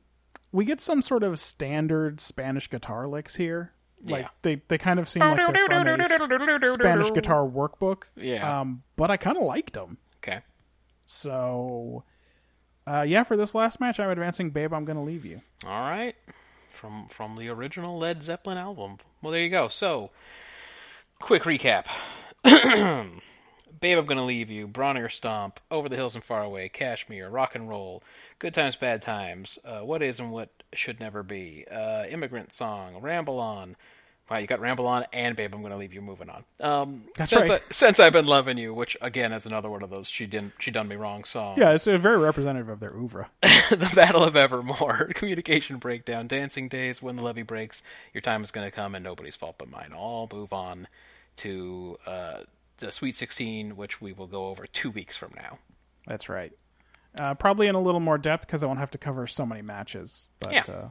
S3: we get some sort of standard Spanish guitar licks here. Like
S2: Yeah.
S3: they they kind of seem like they're from a Spanish guitar workbook.
S2: Yeah.
S3: Um, but I kind of liked them.
S2: Okay.
S3: So, uh, yeah, for this last match, I'm advancing Babe, I'm going to leave you.
S2: All right. From from the original Led Zeppelin album. Well, there you go. So, quick recap. *clears throat* Babe, I'm gonna leave you. Bronner Stomp, Over the Hills and Far Away, Cashmere, Rock and Roll, Good Times, Bad Times, uh, What Is and What Should Never Be, uh, Immigrant Song, Ramble On. Wow, you got Ramble On and Babe, I'm gonna leave you. Moving on. Um,
S3: That's
S2: since
S3: right.
S2: I, since I've been loving you, which again is another one of those she didn't she done me wrong songs
S3: Yeah, it's uh, very representative of their oeuvre.
S2: *laughs* the Battle of Evermore, *laughs* Communication Breakdown, Dancing Days, When the Levee Breaks, Your Time is Gonna Come, and Nobody's Fault But Mine. All move on to uh, the Sweet 16, which we will go over two weeks from now.
S3: That's right. Uh, probably in a little more depth because I won't have to cover so many matches. But
S2: Yeah.
S3: uh,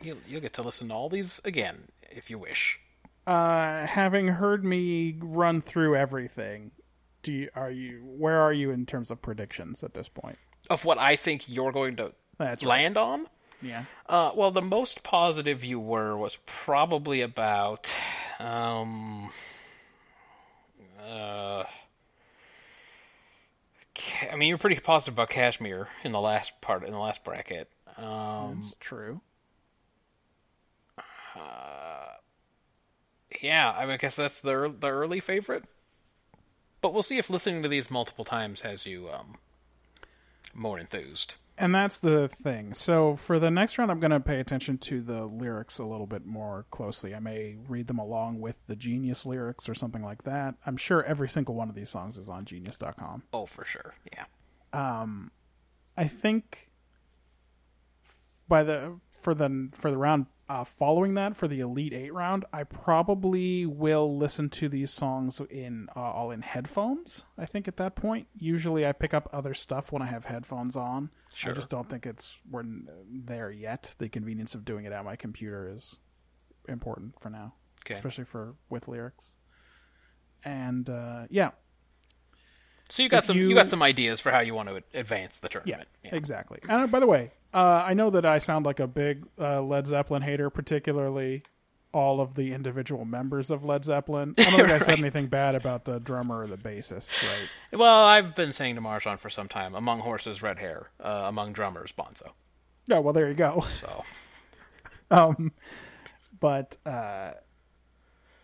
S2: You'll, you'll get to listen to all these again if you wish.
S3: uh, having heard me run through everything, do you, are you where are you in terms of predictions at this point?
S2: Of what I think you're going to
S3: That's right.
S2: land on.
S3: Yeah,
S2: Uh, well, the most positive you were was probably about. Um, uh, Ca- I mean, you were pretty positive about Kashmir in the last part, in the last bracket. Um,
S3: it's true.
S2: yeah, I, mean, I guess that's the, ear- the early favorite. But we'll see if listening to these multiple times has you um, more enthused.
S3: And that's the thing. So for the next round, I'm going to pay attention to the lyrics a little bit more closely. I may read them along with the Genius lyrics or something like that. I'm sure every single one of these songs is on Genius.com.
S2: Oh, for sure. Yeah.
S3: I think f- by the for the for the round uh, following that for the Elite Eight round, I probably will listen to these songs in uh, all in headphones. I think at that point, usually I pick up other stuff when I have headphones on. I
S2: Sure.
S3: just don't think it's we're n- there yet. The convenience of doing it at my computer is important for now,
S2: Okay.
S3: especially for with lyrics. And uh, yeah,
S2: So you got
S3: if
S2: some you...
S3: you-
S2: got some ideas for how you want to advance the tournament.
S3: exactly. And uh, by the way, uh, I know that I sound like a big uh, Led Zeppelin hater, particularly all of the individual members of Led Zeppelin. *laughs* I don't think I said anything bad about the drummer or the bassist, right?
S2: Well, I've been saying to Marjan for some time, among horses, red hair, uh, among drummers, Bonzo.
S3: Yeah, well, there you go.
S2: So,
S3: *laughs* But uh,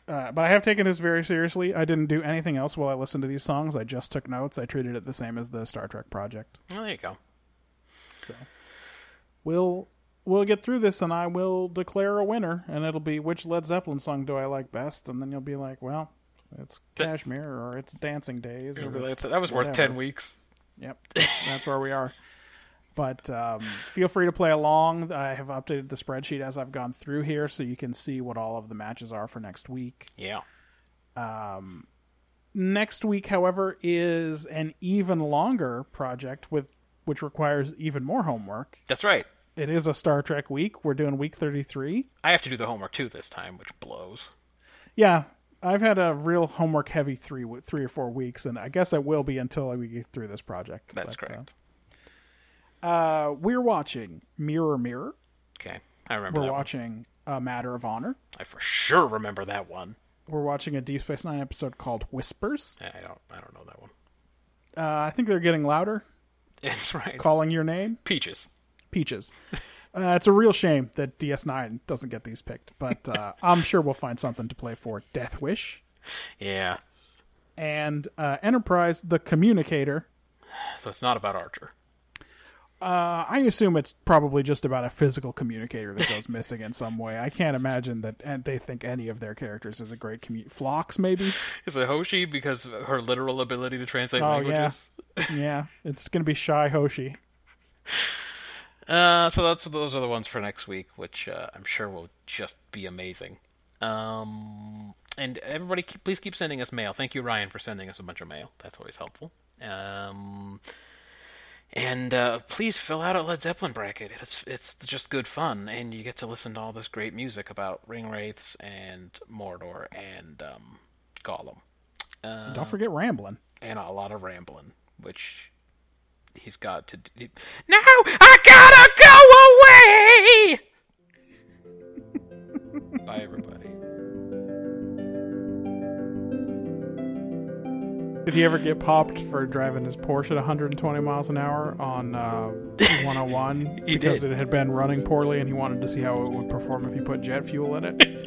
S3: uh, but I have taken this very seriously. I didn't do anything else while I listened to these songs. I just took notes. I treated it the same as the Star Trek project.
S2: well, there you go.
S3: We'll we'll get through this, and I will declare a winner, and it'll be which Led Zeppelin song do I like best, and then you'll be like, well, it's Cashmere or it's Dancing Days. Or it's
S2: That was worth
S3: whatever.
S2: 10 weeks.
S3: Yep, that's where we are. But um, feel free to play along. I have updated the spreadsheet as I've gone through here, so you can see what all of the matches are for next week.
S2: Yeah.
S3: Next week, however, is an even longer project with which requires even more homework.
S2: That's right.
S3: It is a Star Trek week. We're doing week 33.
S2: I have to do the homework too this time, which blows.
S3: Yeah, I've had a real homework heavy three three or four weeks, and I guess I will be until we get through this project.
S2: That's
S3: But, uh,
S2: correct.
S3: Uh, we're watching Mirror Mirror.
S2: okay. I remember
S3: We're
S2: that one.
S3: watching A Matter of Honor.
S2: I for sure remember that one.
S3: We're watching a Deep Space Nine episode called Whispers.
S2: I I don't I don't know that one. *laughs*
S3: Uh, I think they're getting louder,
S2: That's right.
S3: calling your name.
S2: Peaches. *laughs*
S3: Peaches. Uh, it's a real shame that DS9 doesn't get these picked,
S2: *laughs*
S3: but uh, I'm sure we'll find something to play for. Death Wish
S2: Yeah.
S3: and uh, Enterprise The Communicator.
S2: So it's not about Archer.
S3: Uh, I assume it's probably just about a physical communicator that goes missing in some way. I can't imagine that and they think any of their characters is a great commu Flocks, maybe?
S2: Is it Hoshi because of her literal ability to translate
S3: Oh,
S2: languages?
S3: yeah. It's going to be Shy Hoshi.
S2: Uh, so that's those are the ones for next week, which uh, I'm sure will just be amazing. Um, and everybody, keep, please keep sending us mail. Thank you, Ryan, for sending us a bunch of mail. That's always helpful. Um, and uh, please fill out a Led Zeppelin bracket. It's it's just good fun, and you get to listen to all this great music about ring wraiths and Mordor and um, Gollum, Uh.
S3: Don't forget Ramblin'.
S2: and a lot of rambling, which he's got to. do. Now I gotta go away. *laughs* Bye, everybody.
S3: Did he ever get popped for driving his Porsche at 120 miles an hour
S2: *laughs*
S3: on uh, 101
S2: He
S3: because
S2: did.
S3: it had been running poorly and he wanted to see how it would perform if he put jet fuel in it?